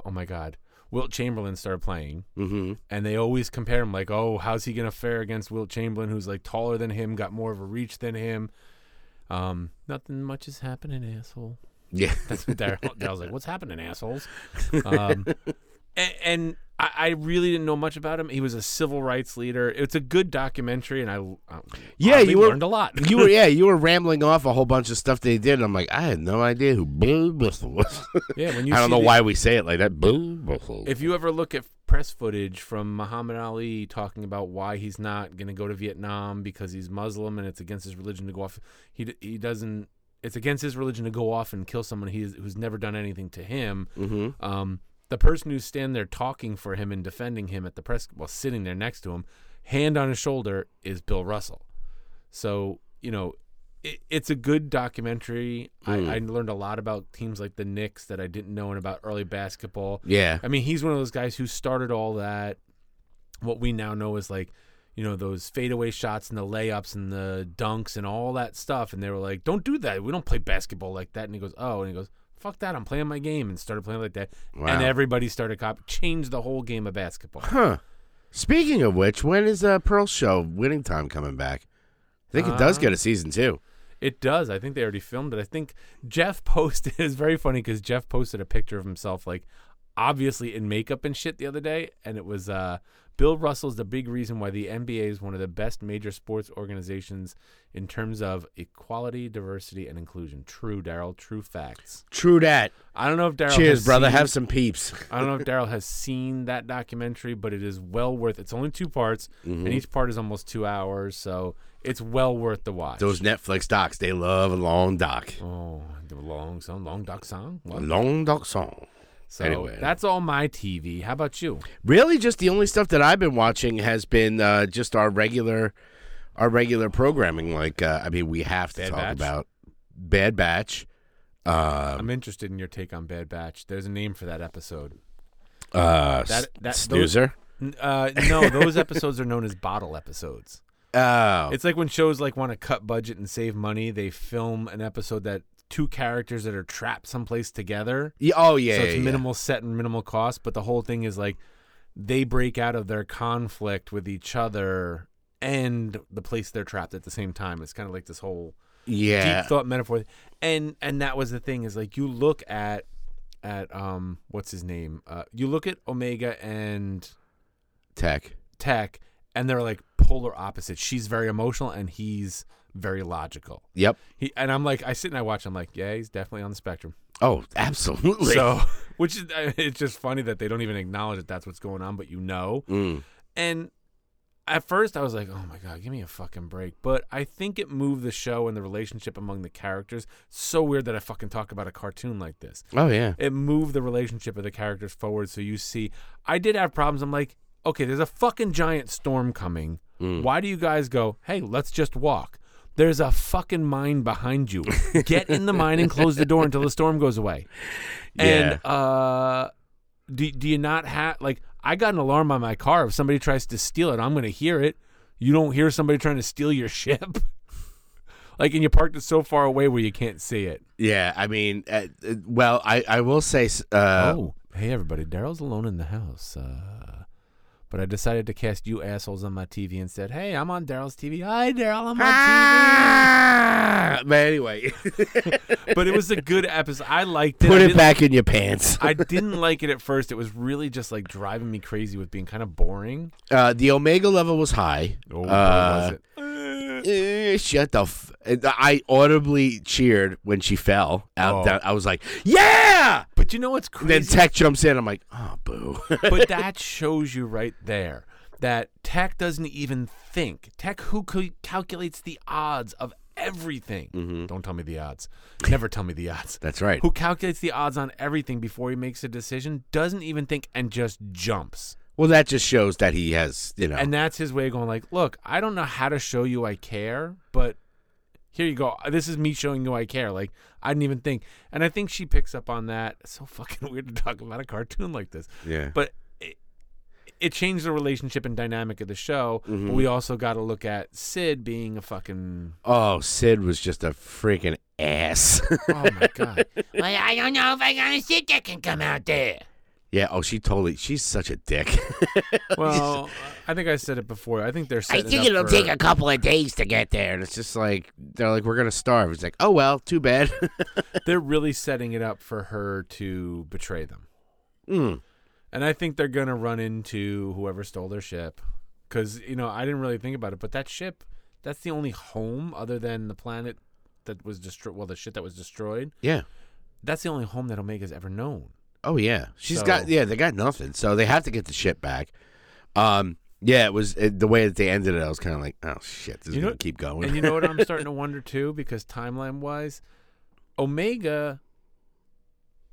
oh my god Wilt Chamberlain started playing
Mm-hmm.
and they always compare him like oh how's he gonna fare against Wilt Chamberlain who's like taller than him got more of a reach than him um nothing much is happening asshole
Yeah.
That's what Dar- Daryl's like, what's happening, assholes? Um, and and I, I really didn't know much about him. He was a civil rights leader. It's a good documentary, and I, I
Yeah,
oddly
you were-
learned a lot.
you were yeah, you were rambling off a whole bunch of stuff they did. And I'm like, I had no idea who Bill Bristol was.
yeah, when you
I don't
see
know
the-
why we say it like that. Bill Bristol.
If you ever look at press footage from Muhammad Ali talking about why he's not going to go to Vietnam because he's Muslim and it's against his religion to go off, he d- he doesn't. It's against his religion to go off and kill someone he's, who's never done anything to him. Mm-hmm. Um, the person who's standing there talking for him and defending him at the press, while sitting there next to him, hand on his shoulder, is Bill Russell. So you know, it, it's a good documentary. I, I learned a lot about teams like the Knicks that I didn't know and about early basketball.
yeah.
I mean, he's one of those guys who started all that. What we now know is like, you know, those fadeaway shots and the layups and the dunks and all that stuff. And they were like, don't do that. We don't play basketball like that. And he goes, oh, and he goes, fuck that. I'm playing my game and started playing like that.
Wow.
And everybody started cop changed the whole game of basketball.
Huh. Speaking of which, when is uh, Pearl Show Winning Time coming back? I think it does
Uh,
get a season two.
It does. I think they already filmed it. I think Jeff posted. It's very funny because Jeff posted a picture of himself, like obviously in makeup and shit, the other day, and it was uh, Bill Russell's the big reason why the NBA is one of the best major sports organizations in terms of equality, diversity, and inclusion. True, Daryl. True facts.
True that.
I don't know if Daryl.
Cheers,
has
brother.
seen-
Have some peeps.
I don't know if Daryl has seen that documentary, but it is well worth. It's only two parts,
Mm-hmm.
and each part is almost two hours, so it's well worth the watch.
Those Netflix docs, they love a long doc.
Oh, the long song, long doc song.
A
What?
long doc song.
So
anyway.
that's all my TV. How about you?
Really, just the only stuff that I've been watching has been uh, just our regular, our regular programming. Like, uh, I mean, we have to
Bad
talk
Batch?
about Bad Batch. Uh,
I'm interested in your take on Bad Batch. There's a name for that episode.
uh,
That- that- those-
snoozer.
N- Uh, no, those episodes are known as bottle episodes.
oh,
It's like when shows like want to cut budget and save money, they film an episode that two characters that are trapped someplace together.
yeah, oh yeah.
so it's
yeah, yeah.
minimal set and minimal cost, but the whole thing is like they break out of their conflict with each other and the place they're trapped at the same time. It's kind of like this whole
Yeah.
deep thought metaphor and and that was the thing is like you look at at um what's his name uh you look at omega and
Tech.
tech and they're like polar opposites she's very emotional and he's very logical
Yep.
he and i'm like i sit and i watch i'm like yeah he's definitely on the spectrum
Oh, absolutely.
so which is it's just funny that they don't even acknowledge that that's what's going on but you know
Mm.
and at first I was like, "Oh my god, give me a fucking break!" But I think it moved the show and the relationship among the characters. So weird that I fucking talk about a cartoon like this.
Oh yeah.
It moved the relationship of the characters forward. So you see, I did have problems. I'm like, okay, there's a fucking giant storm coming. Why do you guys go, hey, let's just walk? There's a fucking mine behind you. Get in the mine and close the door until the storm goes away. And uh, do, do you not have, like, I got an alarm on my car. If somebody tries to steal it, I'm going to hear it. You don't hear somebody trying to steal your ship. like, and you parked it so far away where you can't see it.
Yeah, I mean, uh, uh, well, I, I will say, s- uh,
oh, hey everybody, Daryl's alone in the house. Uh, but I decided to cast you assholes on my TV and said, "Hey, I'm on Daryl's TV. Hi, Daryl, I'm on
ah! but anyway,
TV." But it was a good episode. I liked it. I
put it
didn't-
back in your pants.
I didn't like it at first. It was really just like driving me crazy with being kind of boring.
Uh, the omega level was high.
Oh, boy,
Uh,
was it?
eh, shut the. F- I audibly cheered when she fell out.
Oh.
Down. I was like, yeah.
But you know what's crazy?
Then Tech jumps in. I'm like, oh, boo.
but that shows you right there that tech doesn't even think. Tech who cal- calculates the odds of everything.
Mm-hmm.
Don't tell me the odds. Never tell me the odds.
That's right.
Who calculates the odds on everything before he makes a decision, doesn't even think and just jumps.
well, that just shows that he has, you know.
And that's his way of going like, "Look, I don't know how to show you I care, but here you go. This is me showing you I care." Like, I didn't even think. And I think she picks up on that. It's so fucking weird to talk about a cartoon like this
yeah.
but it, it changed the relationship and dynamic of the show. But we also got to look at Sid being a fucking
oh, Sid was just a freaking ass.
oh my god.
Well, I don't know if I'm gonna sit there and come out there.
Yeah. Oh, she totally. She's such a dick.
Well, I think I said it before. I think they're.
I
setting
think
up
it'll
for-
take a couple of days to get there, and it's just like they're like, "We're gonna starve." It's like, "Oh well, too bad."
They're really setting it up for her to betray them,
Mm.
and I think they're gonna run into whoever stole their ship, because you know I didn't really think about it, but that ship, that's the only home other than the planet that was destroyed. Well, the shit that was destroyed.
Yeah.
That's the only home that Omega's ever known.
Oh yeah, she's
So-
got yeah. They got nothing, so they have to get the shit back. Um, yeah, it was it, the way that they ended it. I was kind of like, oh shit, this is
You know-
gonna keep going.
And you know what I'm starting to wonder too, because timeline wise, Omega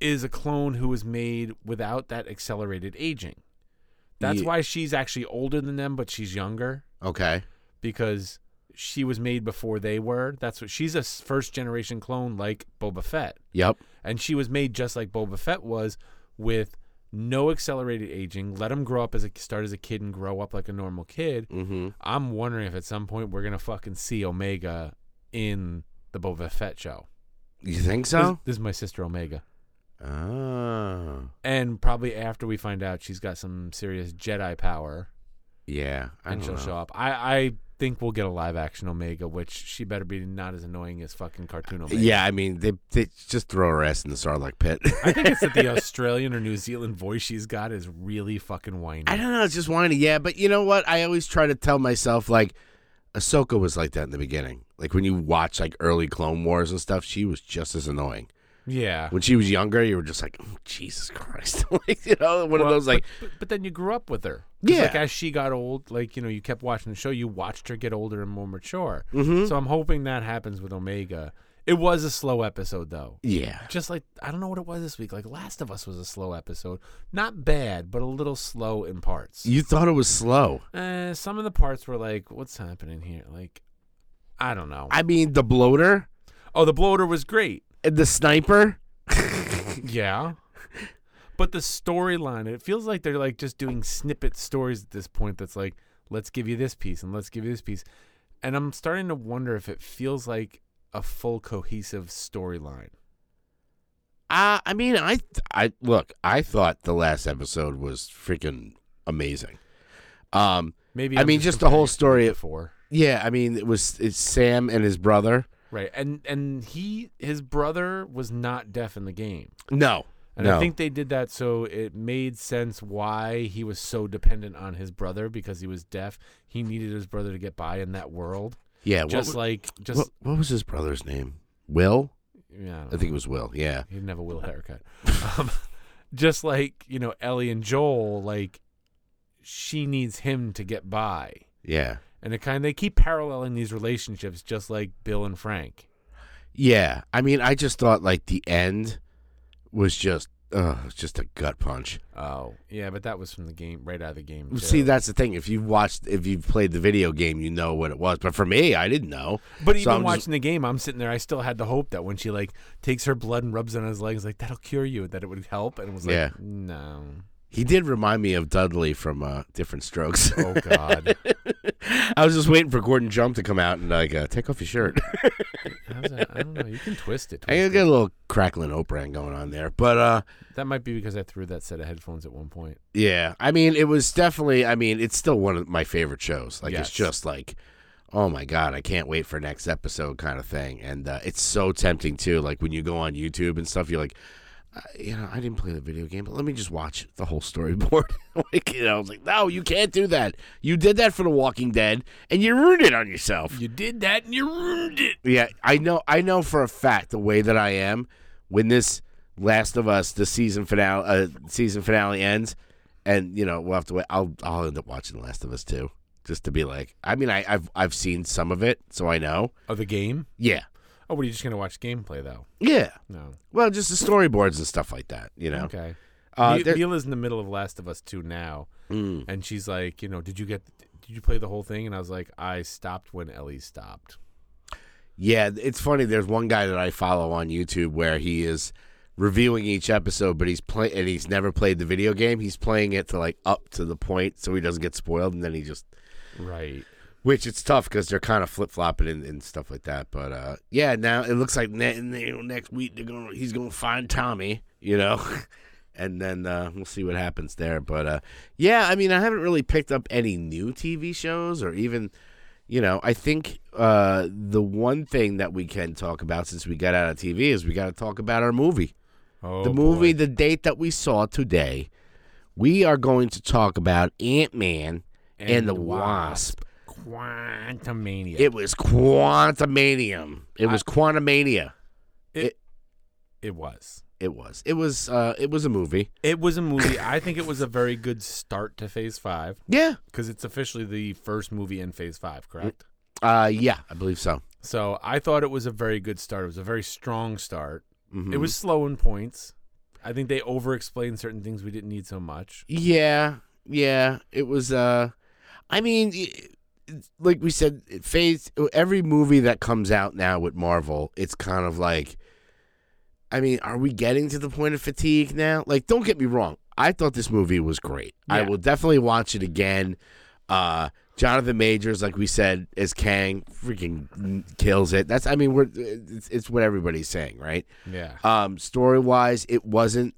is a clone who was made without that accelerated aging. That's
Ye-
why she's actually older than them, but she's younger
okay,
because she was made before they were. That's what she's a first generation clone like Boba Fett.
yep,
And she was made just like Boba Fett was with no accelerated aging. Let him grow up as a start as a kid and grow up like a normal kid.
mm-hmm.
I'm wondering if at some point we're gonna fucking see Omega in the Boba Fett show.
You think
This-
so?
This, is my sister Omega,
Oh,
and probably after we find out she's got some serious Jedi power,
yeah. I
and
don't
she'll
know.
show up. I, I think we'll get a live action Omega, which she better be not as annoying as fucking cartoon Omega.
Yeah, I mean, they they just throw her ass in the Sarlacc pit.
I think it's that the Australian or New Zealand voice she's got is really fucking whiny.
I don't know. It's just whiny. Yeah, but you know what? I always try to tell myself like, Ahsoka was like that in the beginning. Like when you watch like early Clone Wars and stuff, she was just as annoying.
yeah.
When she was younger, you were just like, "Oh, Jesus Christ, like you know, one of
Well,
those like,
but, but, but then you grew up with her. 'Cause,
Yeah.
Like as she got old, like you know, you kept watching the show. You watched her get older and more mature.
Mhm.
So I'm hoping that happens with Omega. It was a slow episode though.
yeah,
Just like I don't know what it was this week. Like Last of Us was a slow episode. Not bad, but a little slow in parts.
you thought it was slow.
Uh, some of the parts were like, "What's happening here?" Like, I don't know.
I mean, the bloater,
oh, the bloater was great.
and the sniper.
Yeah. But the storyline, it feels like they're like just doing snippet stories at this point that's like, let's give you this piece and let's give you this piece. And I'm starting to wonder if it feels like a full cohesive storyline.
Uh, I mean, I, I look, I thought the last episode was freaking amazing. Um,
Maybe
I
I'm
mean, just the whole
comparing it to
story-
before.
yeah, I mean, it was it's Sam and his brother.
Right. And and he his brother was not deaf in the game.
No,
And
no,
I think they did that so it made sense why he was so dependent on his brother because he was deaf. He needed his brother to get by in that world.
yeah. What,
Just
wa-
like just
what, what was his brother's name? Will?
yeah, I don't
I think it was Will. Yeah.
He didn't have a Will haircut. um, just like you know Ellie and Joel, like she needs him to get by,
Yeah.
and it kind they keep paralleling these relationships, just like Bill and Frank.
Yeah, I mean, I just thought like the end was just, uh, just a gut punch.
Oh, yeah, but that was from the game, right out of the game. too.
See, that's the thing. If you've watched, if you've played the video game, you know what it was. But for me, I didn't know.
but
So
even
I'm just-
watching the game, I'm sitting there. I still had the hope that when she like takes her blood and rubs it on his legs, like that'll cure you, that it would help. And it was like,
Yeah.
no,
he did remind me of Dudley from uh, Different Strokes.
oh god,
I was just waiting for Gordon Jump to come out and like uh, take off your shirt.
I, was like, I don't know. You can twist it.
I
twist
got
it.
a little crackling Oprah going on there, but uh,
That might be because I threw that set of headphones at one point.
Yeah, I mean, it was definitely. I mean, it's still one of my favorite shows. Like,
Yes.
it's just like, oh my god, I can't wait for next episode, kind of thing. And uh, it's so tempting too. Like when you go on YouTube and stuff, you're like, I, you know, I didn't play the video game, but let me just watch the whole storyboard. like, you know, I was like, no, you can't do that. You did that for The Walking Dead, and you ruined it on yourself.
You did that and you ruined it.
Yeah, I know. I know for a fact the way that I am when this Last of Us the season finale uh, season finale ends, and you know we'll have to wait. I'll I'll end up watching Last of Us too, just to be like. I mean, I, I've I've seen some of it, so I know.
Oh, the game?
Yeah,
Oh, what are you just gonna watch gameplay though?
yeah.
No.
Well, just the storyboards and stuff like that. You know.
Okay.
Uh,
Mi-
there-
Mila's in the middle of Last of Us Two now,
Mm.
and she's like, you know, did you get, did you play the whole thing? And I was like, I stopped when Ellie stopped.
Yeah, it's funny. There's one guy that I follow on YouTube where he is reviewing each episode, but he's play and he's never played the video game. He's playing it to like up to the point so he doesn't get spoiled, and then he just
Right.
which it's tough because they're kind of flip flopping and, and stuff like that. But uh, yeah, now it looks like ne- ne- you know, next week they're gonna he's gonna find Tommy, you know, and then uh, we'll see what happens there. But uh, yeah, I mean, I haven't really picked up any new TV shows or even, you know, I think uh, the one thing that we can talk about since we got out of TV is we got to talk about our movie.
Oh,
the movie, the date that we saw today, we are going to talk about Ant Man and, the Wasp.
Quantumania. It,
It was Quantumanium. It was Quantumania.
it was.
It was. It was. Uh, it was a movie.
It was a movie. I think it was a very good start to Phase Five
Yeah.
because it's officially the first movie in Phase Five, correct?
Uh, yeah, I believe so.
So I thought it was a very good start. It was a very strong start.
Mhm.
It was slow in points. I think they over-explained certain things we didn't need so much.
Yeah, yeah. It was. Uh, I mean, y- like we said, phase every movie that comes out now with Marvel, it's kind of like. I mean, are we getting to the point of fatigue now? Like, don't get me wrong. I thought this movie was great. I
Yeah.
will definitely watch it again. Uh, Jonathan Majors, like we said, is Kang. Freaking kills it. That's. I mean, we're. It's, it's what everybody's saying, right?
Yeah.
Um, story wise, it wasn't.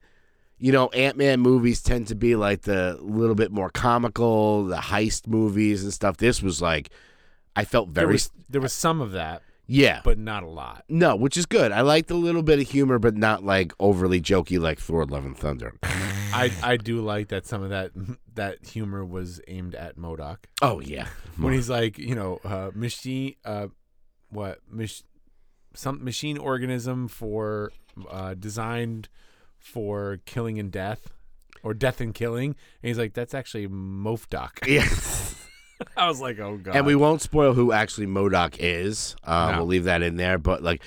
You know, Ant Man movies tend to be like the little bit more comical, the heist movies and stuff. This was like, I felt
there
very
was there was some of that,
yeah,
but not a lot.
no, which is good. I liked a little bit of humor, but not like overly jokey like Thor: Love and Thunder.
I I do like that some of that that humor was aimed at Modoc
oh yeah,
when he's like, you know, uh, machine, uh, what mach- some machine organism for uh, designed for killing and death or death and killing, and he's like, that's actually Mofdoc.
yes.
I was like, oh god.
And we won't spoil who actually Modoc is. Uh,
No.
We'll leave that in there, but like,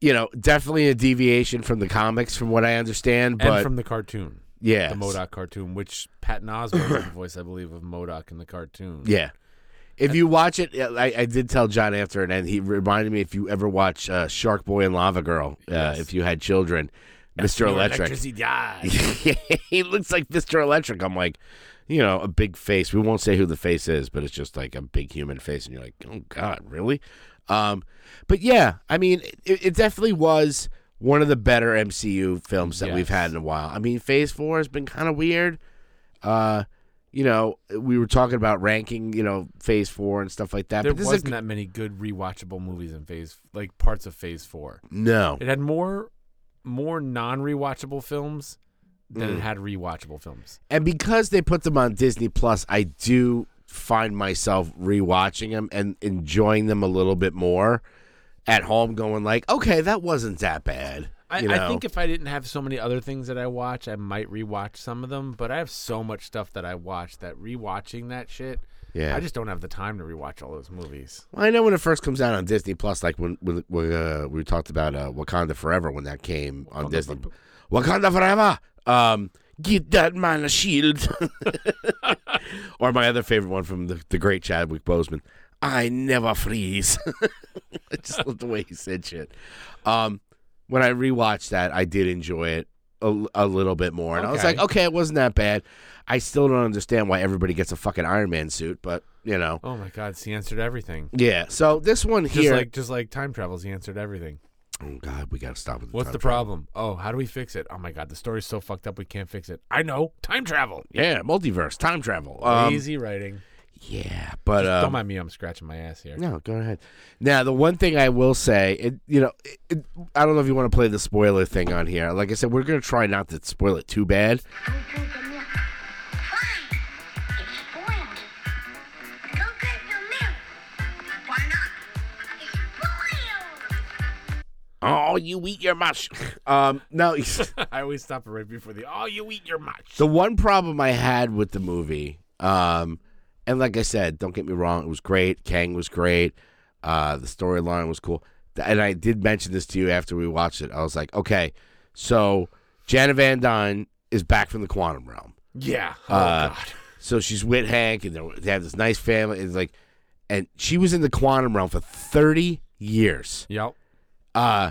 you know, definitely a deviation from the comics, from what I understand.
and
But
from the cartoon,
yeah,
the Modoc cartoon, which Patton Oswalt was the voice, I believe, of Modoc in the cartoon.
Yeah. If you watch it, I, I did tell John after it, and he reminded me if you ever watch uh, Shark Boy and Lava Girl, uh, if you had children, Mr. Electric. he looks like Mr. Electric. I'm like, you know, a big face. We won't say who the face is, but it's just like a big human face, and you're like, oh god, really? Um, but yeah, I mean, it, it definitely was one of the better MCU films that we've
Yes.
had in a while. I mean, Phase Four has been kind of weird. Uh, you know, we were talking about ranking, you know, Phase Four and stuff like that.
There
but this
wasn't
is a,
that many good rewatchable movies in phase like parts of phase four.
no.
It had more more non rewatchable films than
Mm.
it had rewatchable films.
And because they put them on Disney Plus, I do find myself rewatching them and enjoying them a little bit more at home going like, "Okay, that wasn't that bad."
I,
you know?
I think if I didn't have so many other things that I watch, I might rewatch some of them. But I have so much stuff that I watch that rewatching that shit,
Yeah.
I just don't have the time to rewatch all those movies.
Well, I know when it first comes out on Disney Plus, like when, when, when uh, we talked about uh, Wakanda Forever when that came on Disney. Wakanda Forever. Um, get that man a shield. or my other favorite one from the, the great Chadwick Boseman. I never freeze. I just love the way he said shit. Um, when I rewatched that, I did enjoy it a, a little bit more, and I was
Okay.
like, okay, it wasn't that bad. I still don't understand why everybody gets a fucking Iron Man suit, but you know.
Oh my god, it's the answer to everything.
Yeah, so this one
Just
here,
like just like time travel's the answer to everything.
Oh God, we gotta stop with. The
What's
time
the
travel.
problem? Oh, how do we fix it? Oh my god, the story's so fucked up we can't fix it. I know. Time travel.
Yeah, multiverse, time travel. Um,
Easy writing.
yeah, but
Don't
um,
mind me, I'm scratching my ass here.
no, go ahead. Now, the one thing I will say, it, you know, it, it, I don't know if you want to play the spoiler thing on here. Like I said, we're gonna try not to spoil it too bad. Oh, you eat your mush. um, no,
I always stop it right before the oh you eat your much.
the one problem I had with the movie, um, and like I said, don't get me wrong, it was great. Kang was great. Uh, the storyline was cool. Th- And I did mention this to you after we watched it. I was like, okay, so Janet Van Dyne is back from the quantum realm.
Yeah. Oh
Uh,
god.
So she's with Hank, and they're- they have this nice family. It's like, and she was in the quantum realm for thirty years.
Yep.
Uh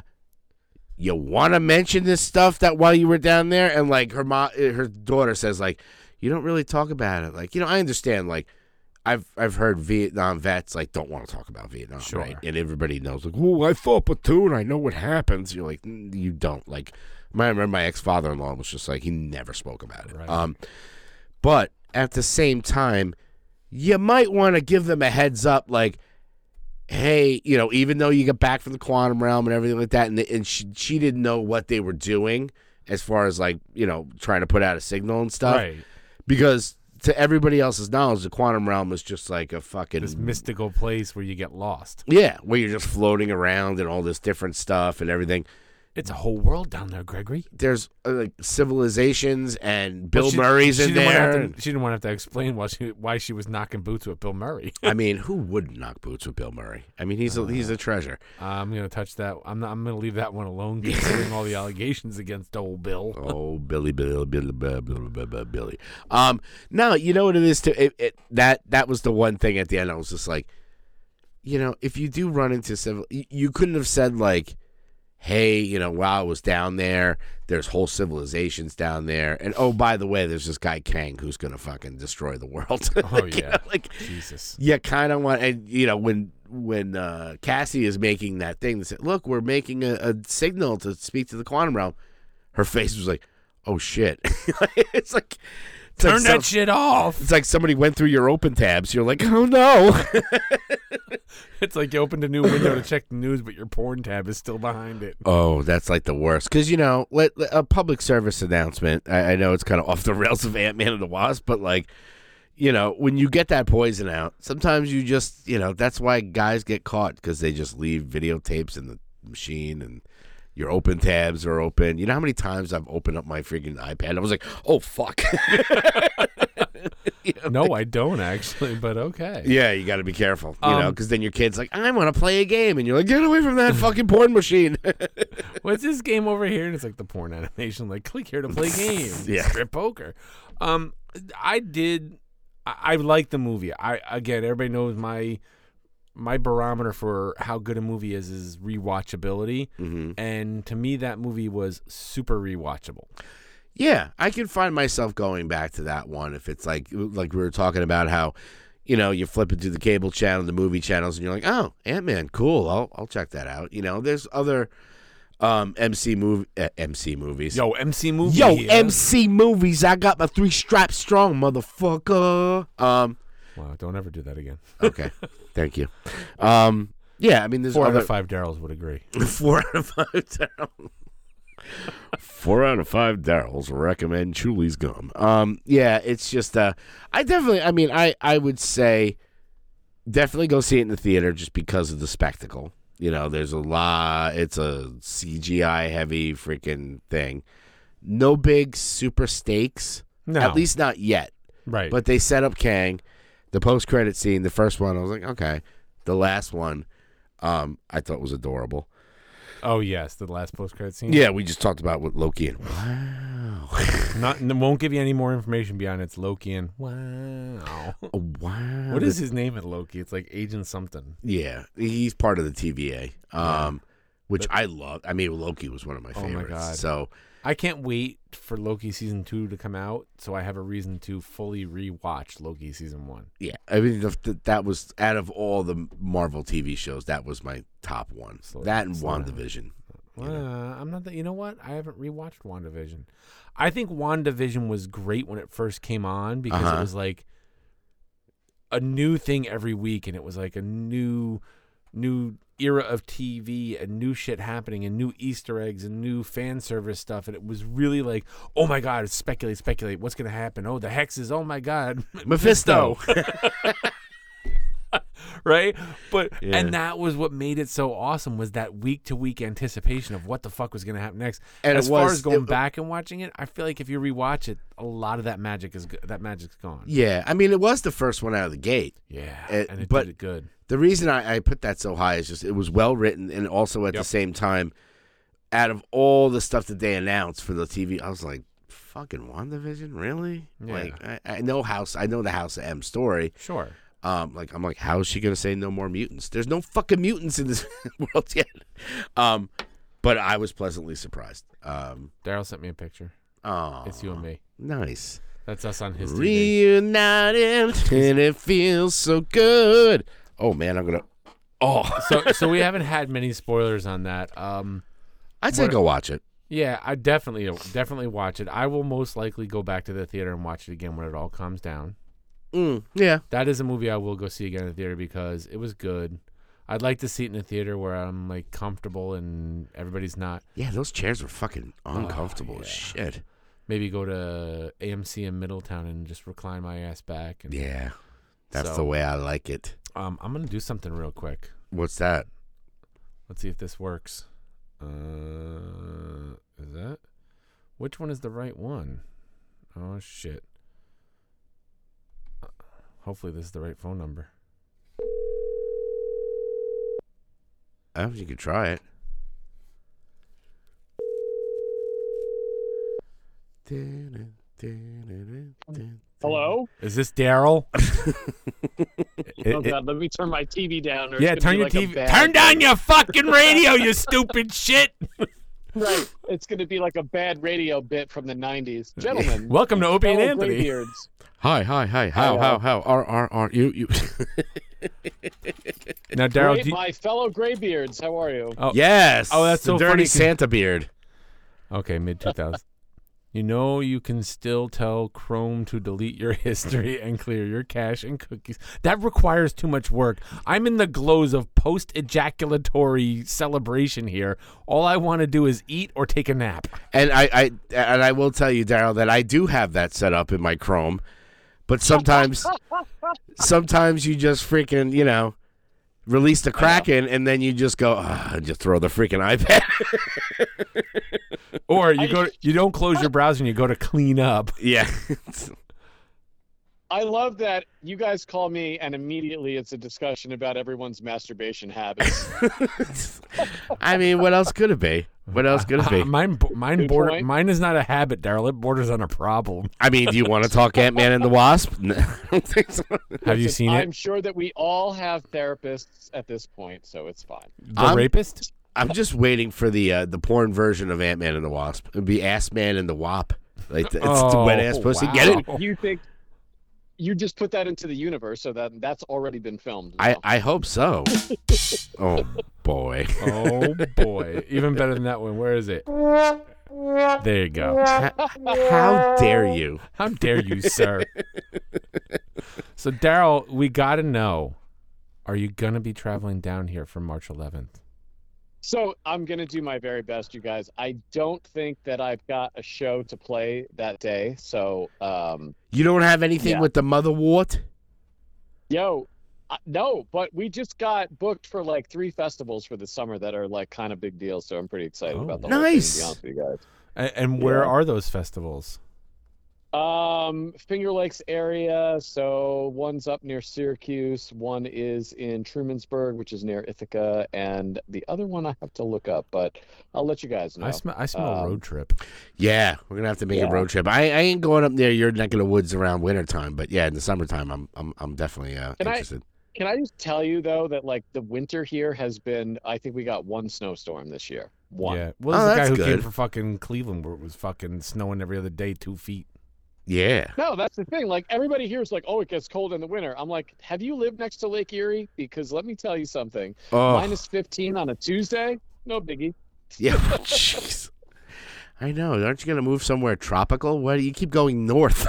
you want to mention this stuff that while you were down there, and like her mom, her daughter says, like, you don't really talk about it. Like, you know, I understand. Like, I've I've heard Vietnam vets like don't want to talk about Vietnam,
Sure.
right? And everybody knows, like, oh, I fought platoon. I know what happens. You're like, "Mm, you don't. Like, My, I remember my ex father in law was just like he never spoke about it.
Right.
Um, but at the same time, you might want to give them a heads up, like, hey, you know, even though you get back from the quantum realm and everything like that, and and she she didn't know what they were doing as far as like you know trying to put out a signal and stuff,
right.
because to everybody else's knowledge, the quantum realm is just like a fucking
This mystical place where you get lost.
yeah, where you're just floating around and all this different stuff and everything.
It's a whole world down there, Gregory.
There's uh, like civilizations and Bill
Well, she-
Murray's
she
in
didn't wanna have
there.
to- she didn't want to have to explain why she why she was knocking boots with Bill Murray.
I mean, who wouldn't knock boots with Bill Murray? I mean,
Uh,
he's a, he's a treasure.
I'm gonna touch that. I'm not. I'm gonna leave that one alone, considering all the allegations against old Bill.
Oh, Billy, Billy, Billy, Billy, Billy, Billy, Billy. Um, no, you know what it is to it, it, that. That was the one thing at the end. I was just like, you know, if you do run into civil, you, you couldn't have said like, hey, you know, while I was down there, there's whole civilizations down there, and oh, by the way, there's this guy Kang who's gonna fucking destroy the world.
Oh
Like, you
yeah,
know, like
Jesus.
you kind of want and you know when when uh, Cassie is making that thing that said, "Look, we're making a, a signal to speak to the quantum realm," her face was like, "Oh shit!" it's like it's like
Turn
some-
that shit off.
it's like somebody went through your open tabs. You're like, "Oh no!"
It's like you opened a new window to check the news, but your porn tab is still behind it.
oh, that's like the worst because you know, let, let- a public service announcement. I, I know it's kind of off the rails of Ant Man and the Wasp, but like. You know, when you get that poison out, sometimes you just, you know, that's why guys get caught because they just leave videotapes in the machine and your open tabs are open. You know how many times I've opened up my freaking iPad? I was like, oh, fuck.
No, I don't actually, but okay.
yeah, you got to be careful, you know,
Um,
because then your kid's like, I want to play a game. And you're like, get away from that fucking porn machine.
What's this game over here? And it's like the porn animation, like click here to play game.
Yeah.
Strip poker. Um I did I, I like the movie. I again everybody knows my my barometer for how good a movie is is rewatchability. And to me that movie was super rewatchable.
Yeah, I can find myself going back to that one if it's like like we were talking about how, you know, you flip it to the cable channel, the movie channels, and you're like, oh, Ant Man, cool, I'll I'll check that out. You know, there's other um MC movie uh, MC movies.
Yo, MC movie.
Yo,
yeah.
MC movies. I got my three straps strong, motherfucker. Um,
Wow, don't ever do that again.
okay, thank you. Um, yeah, I mean, there's
Four out
other
of five Daryls would agree.
Four out of five Daryl. Four out of five Daryls recommend Chuli's gum. Um, yeah, it's just uh, I definitely. I mean, I I would say definitely go see it in the theater just because of the spectacle. You know, there's a lot. It's a CGI heavy freaking thing. No big super stakes.
No.
At least not yet.
Right.
But they set up Kang. The post credit scene, the first one, I was like, okay. The last one, um, I thought was adorable.
oh yes, the last post credit scene.
Yeah, we just talked about with Loki and wow,
Not n- won't give you any more information beyond it's Loki and wow.
wow.
What is his name in Loki? It's like Agent something.
Yeah, he's part of the TVA, um, which I love. I mean, Loki was one of my
Oh my
favorites.
God.
So
I can't wait for Loki season two to come out, so I have a reason to fully rewatch Loki season one.
yeah, I mean, the, the, that was out of all the Marvel TV shows, that was my top one.
Slow
that
down,
and
slow down.
WandaVision.
Uh, I'm not that. You know what? I haven't rewatched WandaVision. I think WandaVision was great when it first came on because
Uh-huh.
it was like a new thing every week, and it was like a new, new era of TV and new shit happening and new Easter eggs and new fan service stuff. And it was really like, oh my god, it's speculate, speculate, what's gonna happen? Oh, the hexes. Oh my god,
Mephisto.
right? But
Yeah.
and that was what made it so awesome was that week to week anticipation of what the fuck was going to happen next.
And it
as far
was-
as going
it-
back and watching it, I feel like if you rewatch it, a lot of that magic is go- that magic's gone.
yeah, I mean, it was the first one out of the gate.
Yeah,
It-
and it
eh, but-
did it good.
The reason I, I put that so high is just it was well written, and also at the
Yep.
same time, out of all the stuff that they announced for the TV, I was like, "Fucking WandaVision, really?"
Yeah.
Like, I, I know House, I know the House of M story.
Sure.
Um, like, I'm like, how is she gonna say no more mutants? There's no fucking mutants in this world yet. Um, but I was pleasantly surprised. Um,
Daryl sent me a picture.
oh,
It's you and me.
nice.
That's us on his TV.
Reunited, and it feels so good. Oh man, I'm gonna. Oh,
so so we haven't had many spoilers on that. Um,
I'd say
What-
go watch it.
Yeah, I definitely definitely watch it. I will most likely go back to the theater and watch it again when it all calms down.
Mm, yeah.
That is a movie I will go see again in the theater because it was good. I'd like to see it in a theater where I'm like comfortable and everybody's not.
Yeah, those chairs were fucking uncomfortable as shit.
Maybe go to AMC in Middletown and just recline my ass back. And,
Yeah. That's
So-
the way I like it.
Um, I'm gonna do something real quick.
What's that?
Let's see if this works. Uh, is that? Which one is the right one? Oh shit. Uh, Hopefully this is the right phone number.
Oh, you could try it.
Hello?
Is this Daryl?
Oh god, let me turn my TV down. Or
yeah,
it's gonna
turn your
be like a
TV.
bad-
Turn down your fucking radio, you stupid shit.
Right, it's going to be like a bad radio bit from the '90s, gentlemen.
Welcome to Opie and
fellow
Anthony.
graybeards.
Hi, hi, hi. How,
Hello.
how, how? R, R, R. You, you.
Now, Daryl,
Great,
do you-
my fellow graybeards, how are you?
yes.
Oh, that's
the
so
dirty
funny 'cause-
Santa beard.
okay, mid two thousand. You know you can still tell Chrome to delete your history and clear your cache and cookies. That requires too much work. I'm in the glows of post ejaculatory celebration here. All I want to do is eat or take a nap.
And I, I, and I will tell you, Daryl, that I do have that set up in my Chrome, but sometimes, sometimes you just freaking, you know, release the Kraken, and then you just go, ah, and just throw the freaking iPad.
Or you go you don't close your browser and you go to clean up.
yeah.
I love that you guys call me, and immediately it's a discussion about everyone's masturbation habits.
I mean, what else could it be? What else could it
Uh,
be?
mine bo- mine
Good
border
point.
mine is not a habit, Daryl. It borders on a problem.
I mean, do you want to talk Ant Man and the Wasp? No, I don't think so.
Have you
Listen,
seen
I'm
it?
sure that we all have therapists at this point, so it's fine.
The
I'm-
rapist?
I'm just waiting for the uh, the porn version of Ant Man and the Wasp. It'd be Ass Man and the Wop. Like the, it's the
Oh,
wet ass pussy. Get
wow.
it?
You think you just put that into the universe, so that that's already been filmed.
I,
now.
I hope so. oh boy.
Oh boy. Even better than that one. Where is it? There you go.
How dare you?
How dare you, sir? so, Daryl, we got to know are you going to be traveling down here for March 11th?
So I'm gonna do my very best, you guys. I don't think that I've got a show to play that day. So, um,
You don't have anything
Yeah.
with the mother wart?
yo, I, no, but we just got booked for like three festivals for the summer that are like kind of big deals. So I'm pretty excited
Oh.
about the
Nice.
Whole thing, to be honest with
And, and where
Yeah.
are those festivals?
you guys. Um, Finger Lakes area. So one's up near Syracuse. One is in Trumansburg, which is near Ithaca, and the other one I have to look up, but I'll let you guys know.
I, sm- I smell
Um,
road trip.
Yeah, we're gonna have to make a
Yeah.
road trip. I, I ain't going up near your neck of the woods around wintertime, but yeah, in the summertime I'm I'm I'm definitely uh,
Can I-
interested.
Can I just tell you though that like the winter here has been I think we got one snowstorm this year. One.
Yeah. Well,
Oh,
there's the guy
that's
who came
good.
from fucking Cleveland where it was fucking snowing every other day, two feet.
yeah.
No, that's the thing. Like everybody here is like, "Oh, it gets cold in the winter." I'm like, "Have you lived next to Lake Erie?" Because let me tell you something.
Oh
Minus 15 on a Tuesday? No biggie.
yeah. Jeez. I know. Aren't you gonna move somewhere tropical? Why do you keep going north?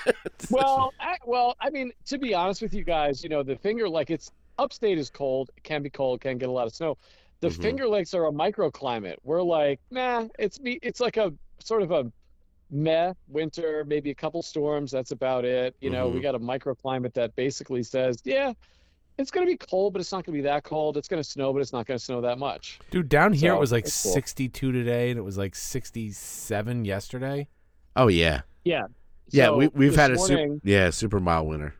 Well, I, well, I mean, to be honest with you guys, you know, the finger like it's upstate is cold, it can be cold, can get a lot of snow. The
Mhm.
Finger Lakes are a microclimate. We're like, nah, it's me. It's like a sort of a meh winter, maybe a couple storms. That's about it. You know, we
Mhm.
got a microclimate that basically says, yeah, it's going to be cold, but it's not going to be that cold. It's going to snow, but it's not going to snow that much.
Dude, down here it
So,
was like
that's cool.
62 today and it was like 67 yesterday.
oh yeah. Yeah,
So
we we've
this
had a
morning,
super yeah, super mild winter.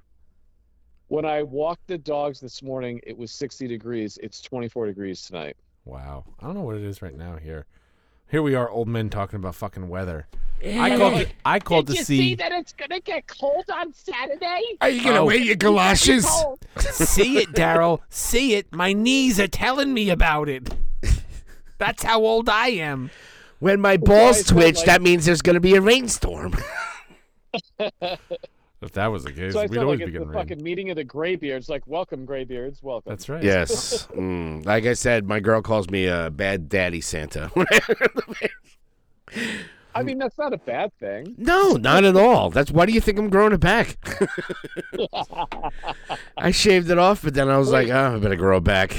When I walked the dogs this morning, it was 60 degrees. It's 24 degrees tonight.
Wow. I don't know what it is right now here. Here we are, old men talking about fucking weather. I called. I called to see.
that it's going to get cold on Saturday?
Are you
gonna wear
your galoshes?
see it, Daryl. See it. My knees are telling me about it. That's how old I am.
When my
I
balls
felt
twitch,
like-
that means there's gonna be a rainstorm.
If that was the case,
So I
we'd
felt
always be
like it's the
getting rain.
fucking meeting of the graybeards. Like, welcome, graybeards, welcome.
That's right.
yes. Mm. Like I said, my girl calls me a bad daddy Santa.
I mean, that's not a bad thing.
No, not at all. That's why do you think I'm growing it back? I shaved it off, but then I was like, oh, I better grow it back.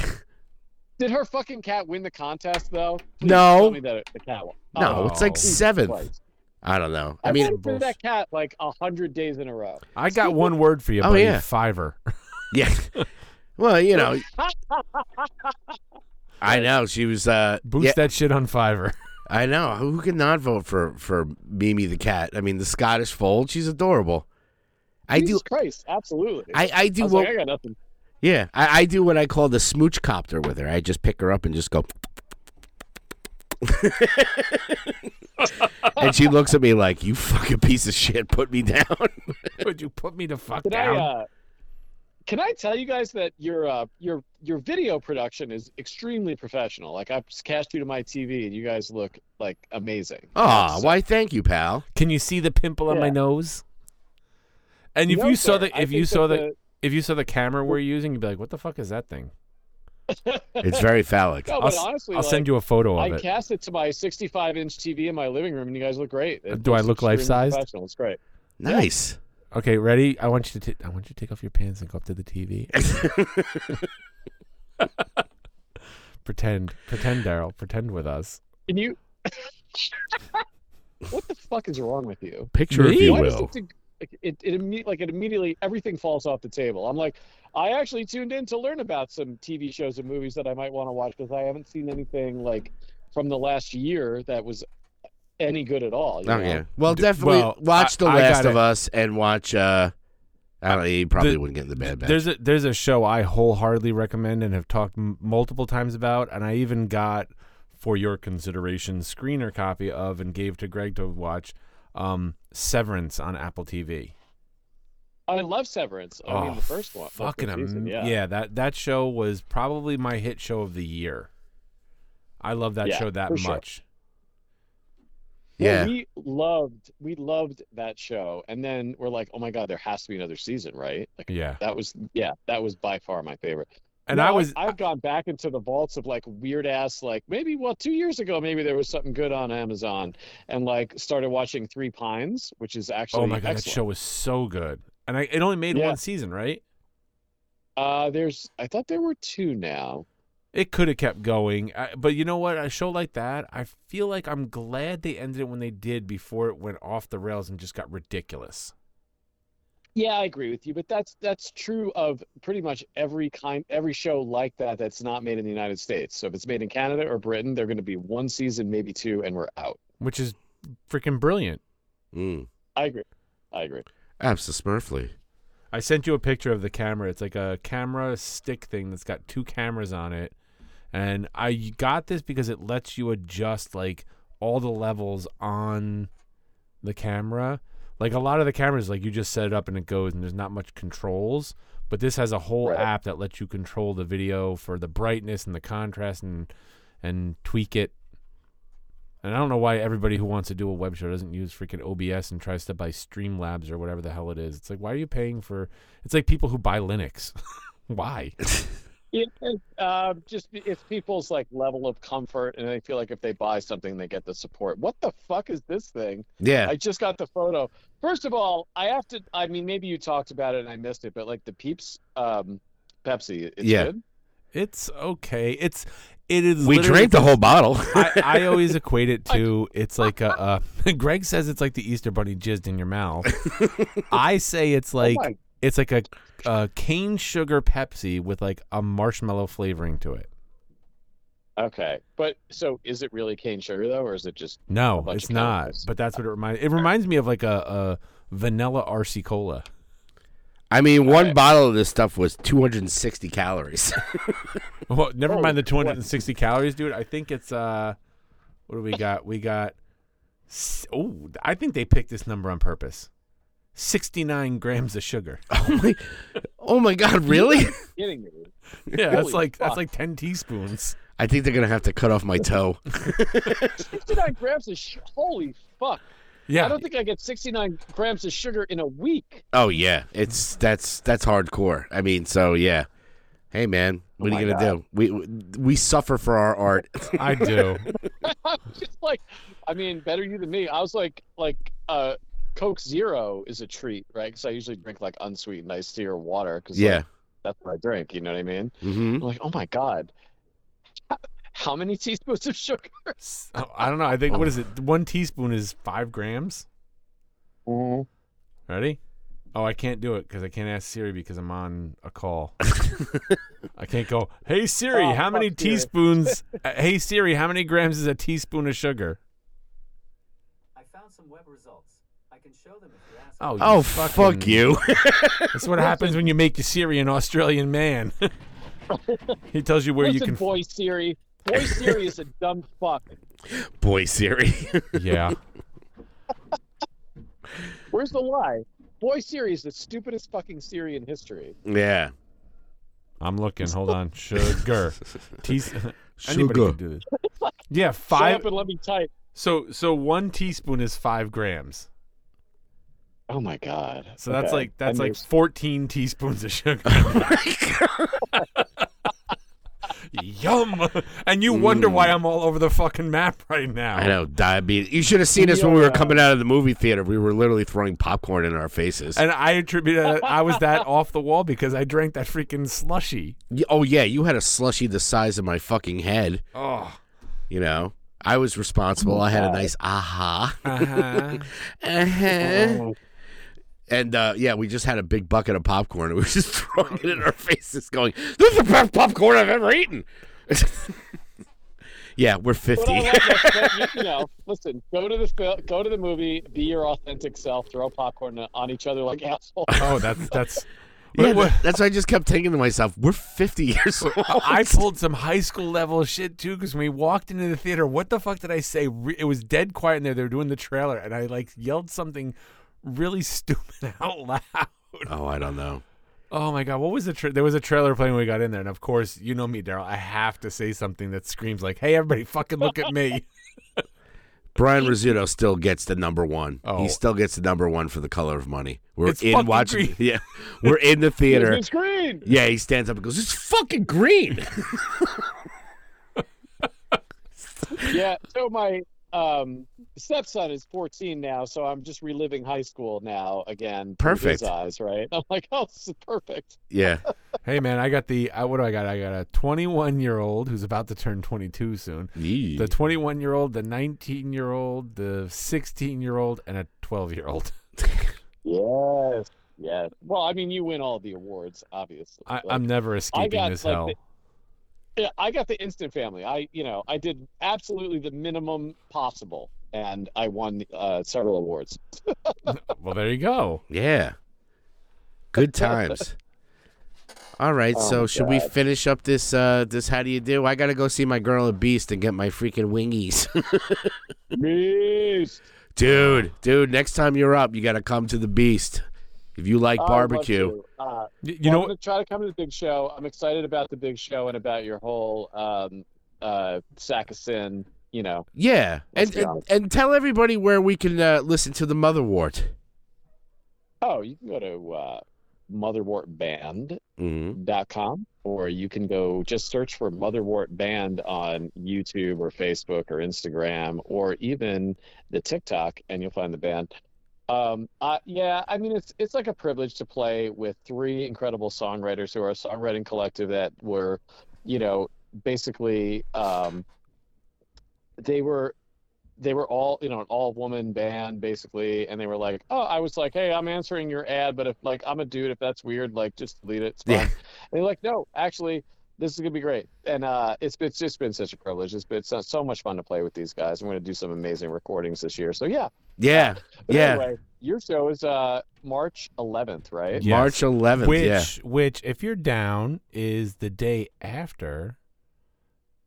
Did her fucking cat win the contest though? Please
No.
Tell me that it- the cat won.
No,
Oh,
it's like
Jesus
seventh.
Christ.
I don't know.
I,
I mean,
went through that cat like a hundred days in a row.
I got one word for you,
Oh,
buddy.
yeah.
Fiverr.
yeah. Well, you know, I know she was. uh
Boost
yeah,
that shit on Fiverr.
I know. Who could not vote for for Mimi the cat? I mean, the Scottish fold. She's adorable. I do.
Jesus Christ, absolutely.
I I
I
do.
was
What,
like, I got nothing.
yeah, I, I do what I call the smooch copter with her. I just pick her up and just go. and she looks at me like, "You fucking piece of shit, put me down."
Would you put me to fuck
Can
down?
I? Uh, can I tell you guys that your uh, your your video production is extremely professional? Like I've just cast you to my TV, and you guys look like amazing.
Ah,
So-
why? Thank you, pal.
Can you see the pimple on my
Yeah.
nose? And if
No,
you saw
sir,
the
I
if you
think
saw
that
the if you saw the camera we're using, you'd be like, "What the fuck is that thing?"
It's very phallic.
No,
I'll,
but
s-
honestly,
I'll
like,
send you a photo
I
of it.
cast it to my 65 inch TV in my living room, and you guys look great. It
Do I
looks
look
extremely
life-sized?
professional. It's great.
Nice.
Okay, ready? I want you to ta- I want you to take off your pants and go up to the TV. pretend, pretend, Daryl, pretend with us.
Can you? what the fuck is wrong with you?
Picture,
Me?
if you
Why
will.
it, like, it, it imme- like it immediately everything falls off the table. I'm like, I actually tuned in to learn about some TV shows and movies that I might want to watch because I haven't seen anything like from the last year that was any good at all. you
Oh
know?
yeah. Well,
D-
definitely
well,
watch
I-
The
I
Last
gotta-
of Us and watch. uh I don't know. You probably
The-
wouldn't get in the bad batch.
There's a there's a show I wholeheartedly recommend and have talked m- multiple times about, and I even got for your consideration screener copy of and gave to Greg to watch. Um, Severance on Apple TV.
I love Severance. I Oh, mean, the first one, the first
Oh, Fucking
season,
am-
yeah.
that that show was probably my hit show of the year. I love that
Yeah,
show that
for sure.
much.
yeah.
Well, we loved we loved that show, and then we're like, oh my god, there has to be another season, right? Like
Yeah.
that was yeah, that was by far my favorite.
And
No,
I was
I've gone back into the vaults of like weird ass like maybe well two years ago maybe there was something good on Amazon and like started watching Three Pines, which is actually
Oh my god, that
excellent.
show was so good. And I, it only made
Yeah.
one season, right?
Uh, there's I thought there were two now.
It could have kept going, I, but you know what? A show like that, I feel like I'm glad they ended it when they did before it went off the rails and just got ridiculous.
Yeah, I agree with you, but that's that's true of pretty much every kind every show like that that's not made in the United States. So if it's made in Canada or Britain, they're going to be one season, maybe two, and we're out.
Which is freaking brilliant.
Mm.
I agree. I agree.
Absolutely.
I sent you a picture of the camera. It's like a camera stick thing that's got two cameras on it. And I got this because it lets you adjust like all the levels on the camera. Like a lot of the cameras, like you just set it up and it goes, and there's not much controls. But this has a whole
Right.
app that lets you control the video for the brightness and the contrast and and tweak it. And I don't know why everybody who wants to do a web show doesn't use freaking OBS and tries to buy Streamlabs or whatever the hell it is. It's like, why are you paying for? It's like people who buy Linux. why?
It, it, uh, just it's people's like level of comfort, and they feel like if they buy something, they get the support. What the fuck is this thing?
Yeah.
I just got the photo. First of all, I have to. I mean, maybe you talked about it and I missed it, but like the Peeps um, Pepsi, it's
Yeah.
good.
It's okay. It's it is.
we
literally-
drank the whole bottle.
I, I always equate it to it's like a, a. Greg says it's like the Easter Bunny jizzed in your mouth. I say it's like
Oh my-
it's like a, a cane sugar Pepsi with like a marshmallow flavoring to it.
Okay, but so is it really cane sugar though, or is it just?
No,
bunch
it's
of
not.
chemicals.
But that's what it reminds. It reminds me of like a, a vanilla RC cola.
I mean, one bottle of this stuff was 260 calories.
Well, never
Oh,
mind the 260 calories, dude. I think it's uh, what do we got? We got. s- Oh, I think they picked this number on purpose. 69 grams of sugar.
oh my! Oh my God! Really?
Kidding me?
Yeah, that's
Holy
like that's
fuck.
like 10 teaspoons.
I think they're gonna have to cut off my toe.
Sixty-nine grams of sh- holy fuck! I
Yeah,
don't think I get sixty-nine grams of sugar in a week.
Oh yeah, it's that's that's hardcore. I mean, so yeah. Hey man, what are you
my
gonna do? We we suffer for our art.
I do.
I'm just like, I mean, better you than me. I was like, like, uh, Coke Zero is a treat, right? Because I usually drink like unsweetened iced tea or water. Because
yeah.
that's what I drink. You know what I mean?
Mm-hmm.
I'm like, oh my god, how many teaspoons of sugar?
S- oh, I don't know. I think what is it? One teaspoon is five grams.
Mm-hmm.
Ready? Oh, I can't do it because I can't ask Siri because I'm on a call. I can't go. Hey Siri,
Oh,
how many
fuck Siri."
teaspoons? uh, hey Siri, how many grams is a teaspoon of sugar?
I found some web results. I can show them if you ask.
Oh, you
Oh,
fucking-
fuck you.
That's what happens when you make your Siri an Australian man. he tells you where
Listen,
you can.
boy Siri. Boy Siri is a dumb fuck.
Boy, Siri.
Yeah.
Where's the lie? Boy Siri is the stupidest fucking Siri in history.
yeah.
I'm looking. Hold on. Sugar. Teas- Anybody could do this. Yeah,
Shut
five.
up and let me type.
So so one teaspoon is five grams.
Oh my god.
So that's
Okay.
like that's
I
like
missed.
fourteen teaspoons of sugar.
Oh
Yum! And you wonder why I'm all over the fucking map right now.
I know. Diabetes. You should have seen us when we were coming out of the movie theater. We were literally throwing popcorn in our faces.
And I attribute that I was that off the wall because I drank that freaking slushy.
Y- oh, yeah. You had a slushy the size of my fucking head.
Oh,
You know, I was responsible. I had a nice aha.
uh-huh.
Uh-huh. And uh, yeah, we just had a big bucket of popcorn. and We were just throwing it in our faces, going, "This is the best popcorn I've ever eaten." yeah, we're
But I
fifty.
love that- but, you know, listen. Go to the fil- go to the movie. Be your authentic self. Throw popcorn on each other like assholes.
oh, that's that's.
Yeah,
But what-
th- that's why I just kept thinking to myself, "We're fifty years old."
I pulled some high school level shit too because when we walked into the theater, what the fuck did I say? Re- It was dead quiet in there. They were doing the trailer, and I like yelled something really stupid out loud.
oh, I don't know.
Oh my god, what was the tra- there was a trailer playing when we got in there, and of course you know me, Daryl. I have to say something that screams like, "Hey, everybody, fucking look at me!"
Brian Rizzuto still gets the number one.
Oh.
He still gets the number one for the color of money. We're
It's
in
fucking
watching.
green.
Yeah, we're in the theater.
It's green.
Yeah, he stands up and goes, "It's fucking green."
Yeah. So my um, stepson is 14 now, so I'm just reliving high school now again. through
Perfect.
His eyes, right? I'm like, oh, this is perfect.
yeah,
hey man, I got the I, what do I got? I got a 21 year old who's about to turn 22 soon. The 21 year old, the 19 year old, the 16 year old, and a 12 year old.
Yes. Yes. Well, I mean, you win all the awards, obviously.
I,
Like,
I'm never escaping
got,
this
like,
hell.
the- Yeah, I got the instant family. I, you know, I did absolutely the minimum possible, and I won uh, several awards.
Well, there you go.
yeah. Good times. All right,
Oh
so
my
should we
God.
finish up this? uh This how do you do? I gotta go see my girl at Beast and get my freaking wingies,
Beast.
dude. Dude, next time you're up, you gotta come to the Beast. If you like
Oh, I love
barbecue,
you. Uh,
Y- You
well,
know,
I'm gonna try to come to the big show. I'm excited about the big show and about your whole um, uh, sack of sin. You know,
yeah,
Let's
and,
be
and
honest.
and tell everybody where we can uh, listen to the Motherwort.
oh, you can go to uh, motherwartband.com
Mm-hmm.
or you can go just search for Motherwort Band on YouTube or Facebook or Instagram or even the TikTok, and you'll find the band. Um, uh, yeah, I mean it's it's like a privilege to play with three incredible songwriters who are a songwriting collective that were, you know, basically um, they were they were all you know an all woman band basically, and they were like, oh, I was like, hey, I'm answering your ad, but if like I'm a dude, if that's weird, like just delete it. It's fine.
Yeah.
And they're like, no, actually. This is gonna be great, and uh, it's it's just been such a privilege. It's been so, so much fun to play with these guys. I'm gonna do some amazing recordings this year. So yeah,
Yeah,
but
yeah.
Anyway, your show is uh March 11th, right?
Yeah.
March 11th.
which
yeah.
which if you're down is the day after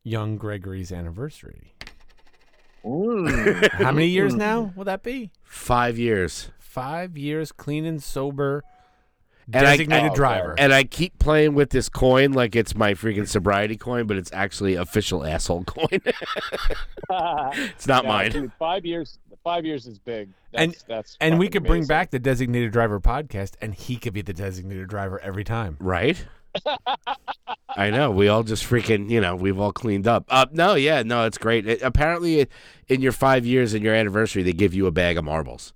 young Gregory's anniversary. How many years
Hmm.
now will that be?
Five years.
5 years clean and sober
And I-
designated
Oh,
driver.
And I keep playing with this coin like it's my freaking sobriety coin, but it's actually official asshole coin. it's not
No,
mine.
dude, five years. Five years is big. That's,
And-
that's
And we
fucking
could bring
amazing.
back the designated driver podcast and he could be the designated driver every time.
Right? I know. We all just freaking, you know, we've all cleaned up. Uh, no, yeah, no, it's great. It, apparently, in your five years and your anniversary, they give you a bag of marbles.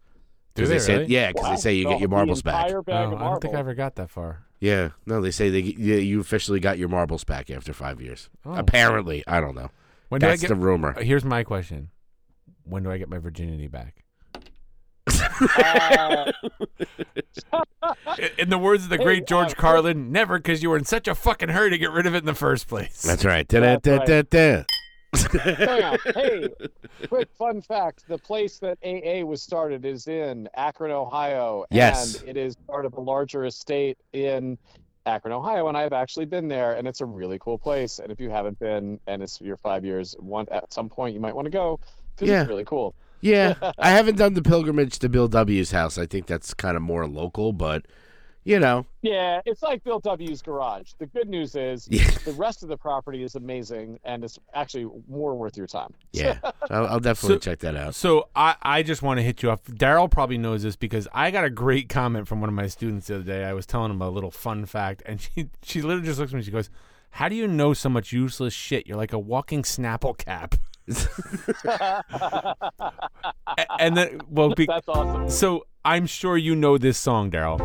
'Cause
they
say,
really?
Yeah, because
Wow,
they say you
the-
get your
the
marbles back.
entire bag
Oh,
of
I don't think I
marbles.
ever got that far.
Yeah, no, they say they yeah, you officially got your marbles back after five years.
Oh.
Apparently, I don't know.
When
That's
do I
the
get?
rumor.
Uh, Here's my question: When do I get my virginity back?
Uh,
I- In the words of the great George Carlin, never, because you were in such a fucking hurry to get rid of it in the first place.
That's right.
That's right.
Da-da-da-da-da.
bam. hey, quick fun fact: the place that AA was started is in Akron, Ohio.
Yes.
and it is part of a larger estate in Akron, Ohio. And I've actually been there, and it's a really cool place. And if you haven't been, and it's your five years, one at some point you might want to go because
Yeah.
it's really cool.
Yeah, I haven't done the pilgrimage to Bill W's house. I think that's kind of more local, but you know,
Yeah, it's like Bill W's garage. The good news is
yeah,
the rest of the property is amazing, and it's actually more worth your time.
yeah. I'll, I'll definitely
So-
check that out.
So I, I just want to hit you up. Daryl probably knows this because I got a great comment from one of my students the other day. I was telling him a little fun fact, and she she literally just looks at me. and She goes, "How do you know so much useless shit? You're like a walking Snapple cap." A- and then, well, be,
That's awesome.
so I'm sure you know this song, Daryl.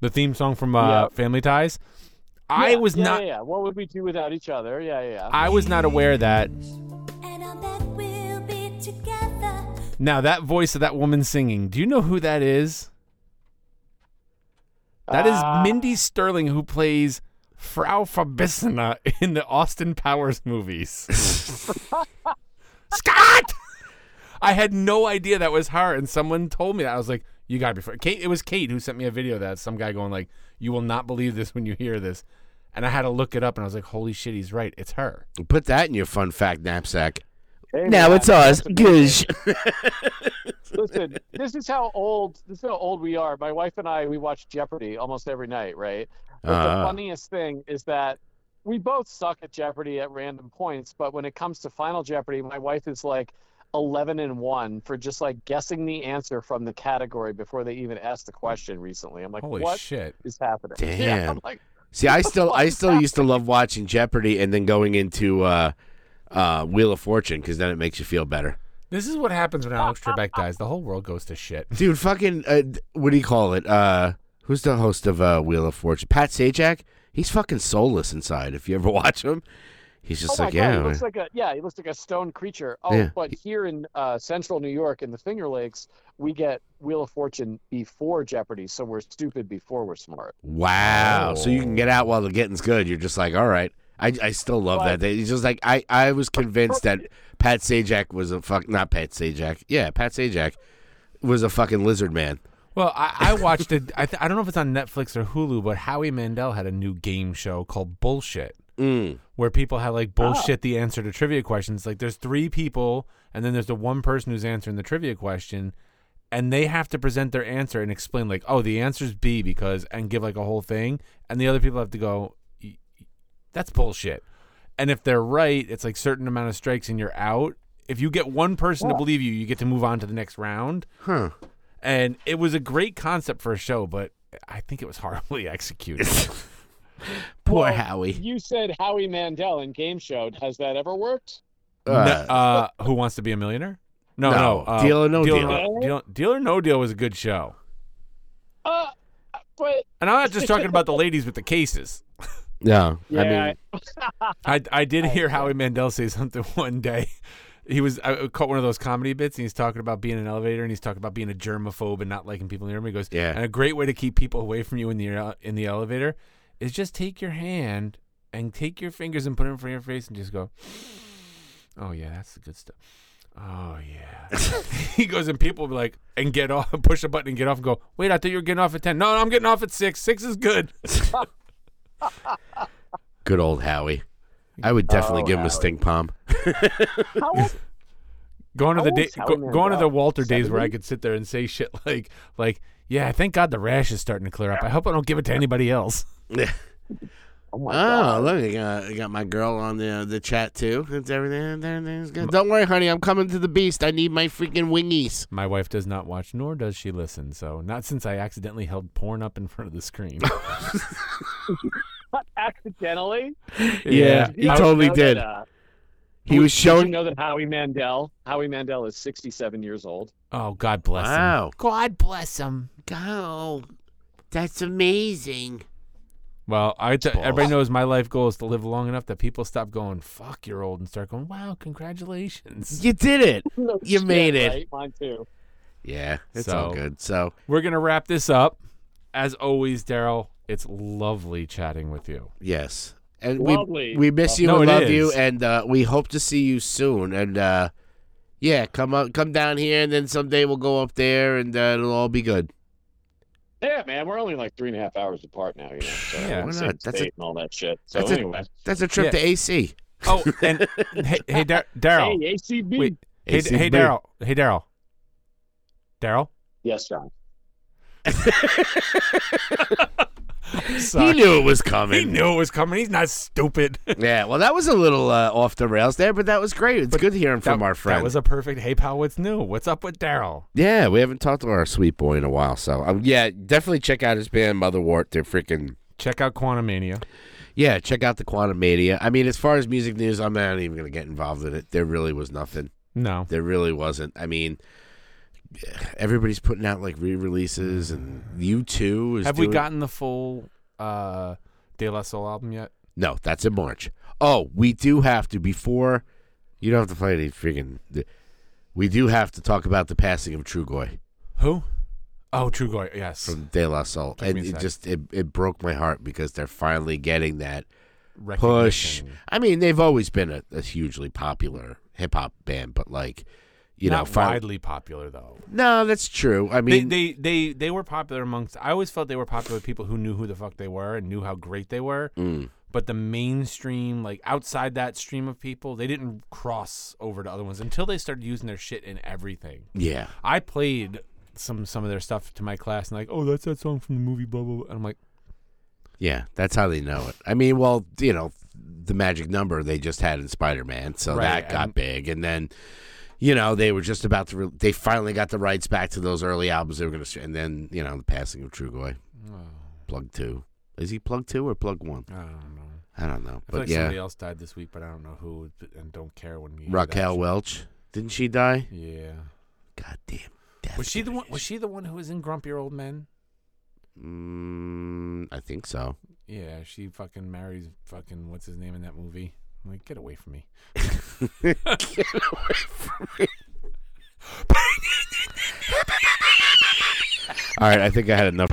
The theme song from uh,
Yep.
Family Ties. I
Yeah,
was
yeah,
not.
Yeah, yeah. What would we do without each other? Yeah, yeah. yeah.
I was not aware that
And I bet we'll be together.
Now that voice of that woman singing, do you know who that is? That is
Ah.
Mindy Sterling who plays Frau Fabissina in the Austin Powers movies. Scott! I had no idea that was her, and someone told me that. I was like, you gotta be fr-. Kate it was Kate who sent me a video of that some guy going like, You will not believe this when you hear this. And I had to look it up and I was like, Holy shit, he's right. It's her.
Put that in your fun fact knapsack.
Hey,
Now
man,
it's ours.
that's a-
Goosh.
Listen, this is how old. This is how old we are. My wife and I we watch Jeopardy almost every night, right? But
Ah.
the funniest thing is that we both suck at Jeopardy at random points, but when it comes to Final Jeopardy, my wife is like. 11 and 1 for just like guessing the answer from the category before they even asked the question recently. I'm like, what
Holy
is
shit.
happening? Yeah,
Damn.
I'm like,
See, I still, I still used to love watching Jeopardy and then going into uh, uh, Wheel of Fortune because then it makes you feel better.
This is what happens when Alex Trebek dies. The whole world goes to shit.
Dude, fucking, uh, d- what do you call it? Uh, who's the host of uh, Wheel of Fortune? Pat Sajak. He's fucking soulless inside. If you ever watch him, he's just
oh
like,
my God,
yeah,
he
man."
looks like a yeah, he looks like a stone creature. Oh,
Yeah.
but here in uh, central New York in the Finger Lakes, we get Wheel of Fortune before Jeopardy, so we're stupid before we're smart.
wow. So you can get out while the getting's good. You're just like, all right. I, I still love
Oh. But-
that. They- He's just like I, I was convinced that Pat Sajak was a fuck not Pat Sajak. Yeah, Pat Sajak was a fucking lizard man.
Well, I, I watched it. I, th- I don't know if it's on Netflix or Hulu, but Howie Mandel had a new game show called Bullshit,
Mm.
where people had like bullshit the answer to trivia questions. Like, there's three people, and then there's the one person who's answering the trivia question, and they have to present their answer and explain like, oh, the answer's B because, and give like a whole thing, and the other people have to go, "Y- y- that's bullshit. And if they're right, it's like certain amount of strikes and you're out. If you get one person to believe you, you get to move on to the next round
Huh.
and it was a great concept for a show, but I think it was horribly executed.
Poor
Well,
Howie.
You said Howie Mandel in game show. Has that ever worked?
No-
Uh,
uh, who wants to be a millionaire? No, no.
No,
uh,
Deal or No Deal.
Deal, Deal or No Deal was a good show,
Uh, but
and I'm not just talking about the ladies with the cases.
no,
yeah,
I mean,
I I did hear Howie Mandel say something one day. He was I caught one of those comedy bits, and he's talking about being in an elevator, and he's talking about being a germaphobe and not liking people in the room. He goes,
Yeah.
And a great way to keep people away from you in the ele- in the elevator is just take your hand and take your fingers and put them in front of your face and just go, Oh yeah, that's the good stuff. Oh yeah. he goes and people will be like and get off, push a button and get off, and go. Wait, I thought you were getting off at ten. No, no I'm getting off at six. Six is good.
good old Howie. I would definitely
Oh,
give him a
Howie.
stink palm.
how old-
Going to
How
the
old
day,
is
go,
Howie
going to the
Mandel?
Walter days where I
70?
could sit there and say shit like, like, yeah, thank God the rash is starting to clear up. I hope I don't give it to anybody else.
Oh my
Oh,
god.
look, I got, I got my girl on the the chat too. It's everything. everything's good. Don't worry, honey. I'm coming to the beast. I need my freaking wingies.
My wife does not watch, nor does she listen. So not since I accidentally held porn up in front of the screen.
Accidentally?
Yeah, he
I
totally
know
did.
That, uh,
He was
did you
showing.
know that Howie Mandel, Howie Mandel is 67 years old.
Oh, God bless him.
Wow.
God bless him.
Go. That's amazing.
Well, I t- everybody
Balls.
knows my life goal is to live long enough that people stop going "fuck, you're old" and start going "wow, congratulations."
You did it.
No
You
shit,
made it.
right? Mine too.
Yeah, it's all
So-
good. So
We're gonna wrap this up. As always, Daryl, it's lovely chatting with you.
yes, and
Lovely.
we we miss you
No,
and
it
love you,
is.
and uh, we hope to see you soon. And uh, yeah, come up, come down here, and then someday we'll go up there, and uh, it'll all be good.
Yeah, man, we're only like three and a half hours apart now. You know, so
Yeah,
we're
why
same
not? That's a-
state and all that shit. So
that's a-
anyway,
That's a trip
Yeah.
to AC.
Oh, and hey, hey Dar- Daryl,
hey, ACB.
wait, hey,
ACB.
hey, Daryl, hey, Daryl, Daryl.
Yes, John.
Sorry.
He knew it was
He
coming.
knew it was coming. He's not stupid.
Yeah, well, that was a little uh, off the rails there, but that was great. It's good hearing from
that,
our friend.
That was a perfect. Hey, pal, what's new? What's up with Daryl?
yeah, we haven't talked to our sweet boy in a while, so um, yeah, definitely check out his band Motherwort. They're freaking
Check out Quantumania.
yeah. Check out the Quantum Media. I mean, as far as music news, I'm not even gonna get involved in it. There really was nothing.
No,
There really wasn't. I mean, everybody's putting out like re-releases, and you two is
have we
doing-
gotten the full uh, De La Soul album yet?
No, that's in March. Oh, we do have to before. You don't have to play any freaking. We do have to talk about the passing of Trugoy
Who? Oh, Trugoy. Yes,
from De La Soul,
Took
and
me a
it
sec.
just it, it broke my heart because they're finally getting that push.
Recognition.
I mean, they've always been a, a hugely popular hip hop band, but like, you
Not
know, fin-
widely popular though.
no, that's true. I mean,
they, they they they were popular amongst. I always felt they were popular with people who knew who the fuck they were and knew how great they were.
Mm.
But the mainstream, like outside that stream of people, they didn't cross over to other ones until they started using their shit in everything.
yeah,
I played some some of their stuff to my class and like, oh, that's that song from the movie, blah blah. blah. And I'm like,
yeah, that's how they know it. I mean, well, you know, the magic number they just had in Spider Man, so
Right,
that got
and-
big, and then. You know, they were just about to. Re- they finally got the rights back to those early albums they were going to. And then, you know, the passing of Trugoy,
Oh.
plug two. Is he plug two or plug one?
I don't know.
I don't know.
I feel
but
like
yeah,
somebody else died this week, but I don't know who, and don't care when you hear that
Raquel
shit.
Welch. Didn't she die?
Yeah.
God damn. Death
Was she the one? Was she the one who was in Grumpy Old Men?
Mm, I think so.
Yeah, she fucking marries fucking what's his name in that movie. I'm like, get away from me.
All right, I think I had enough.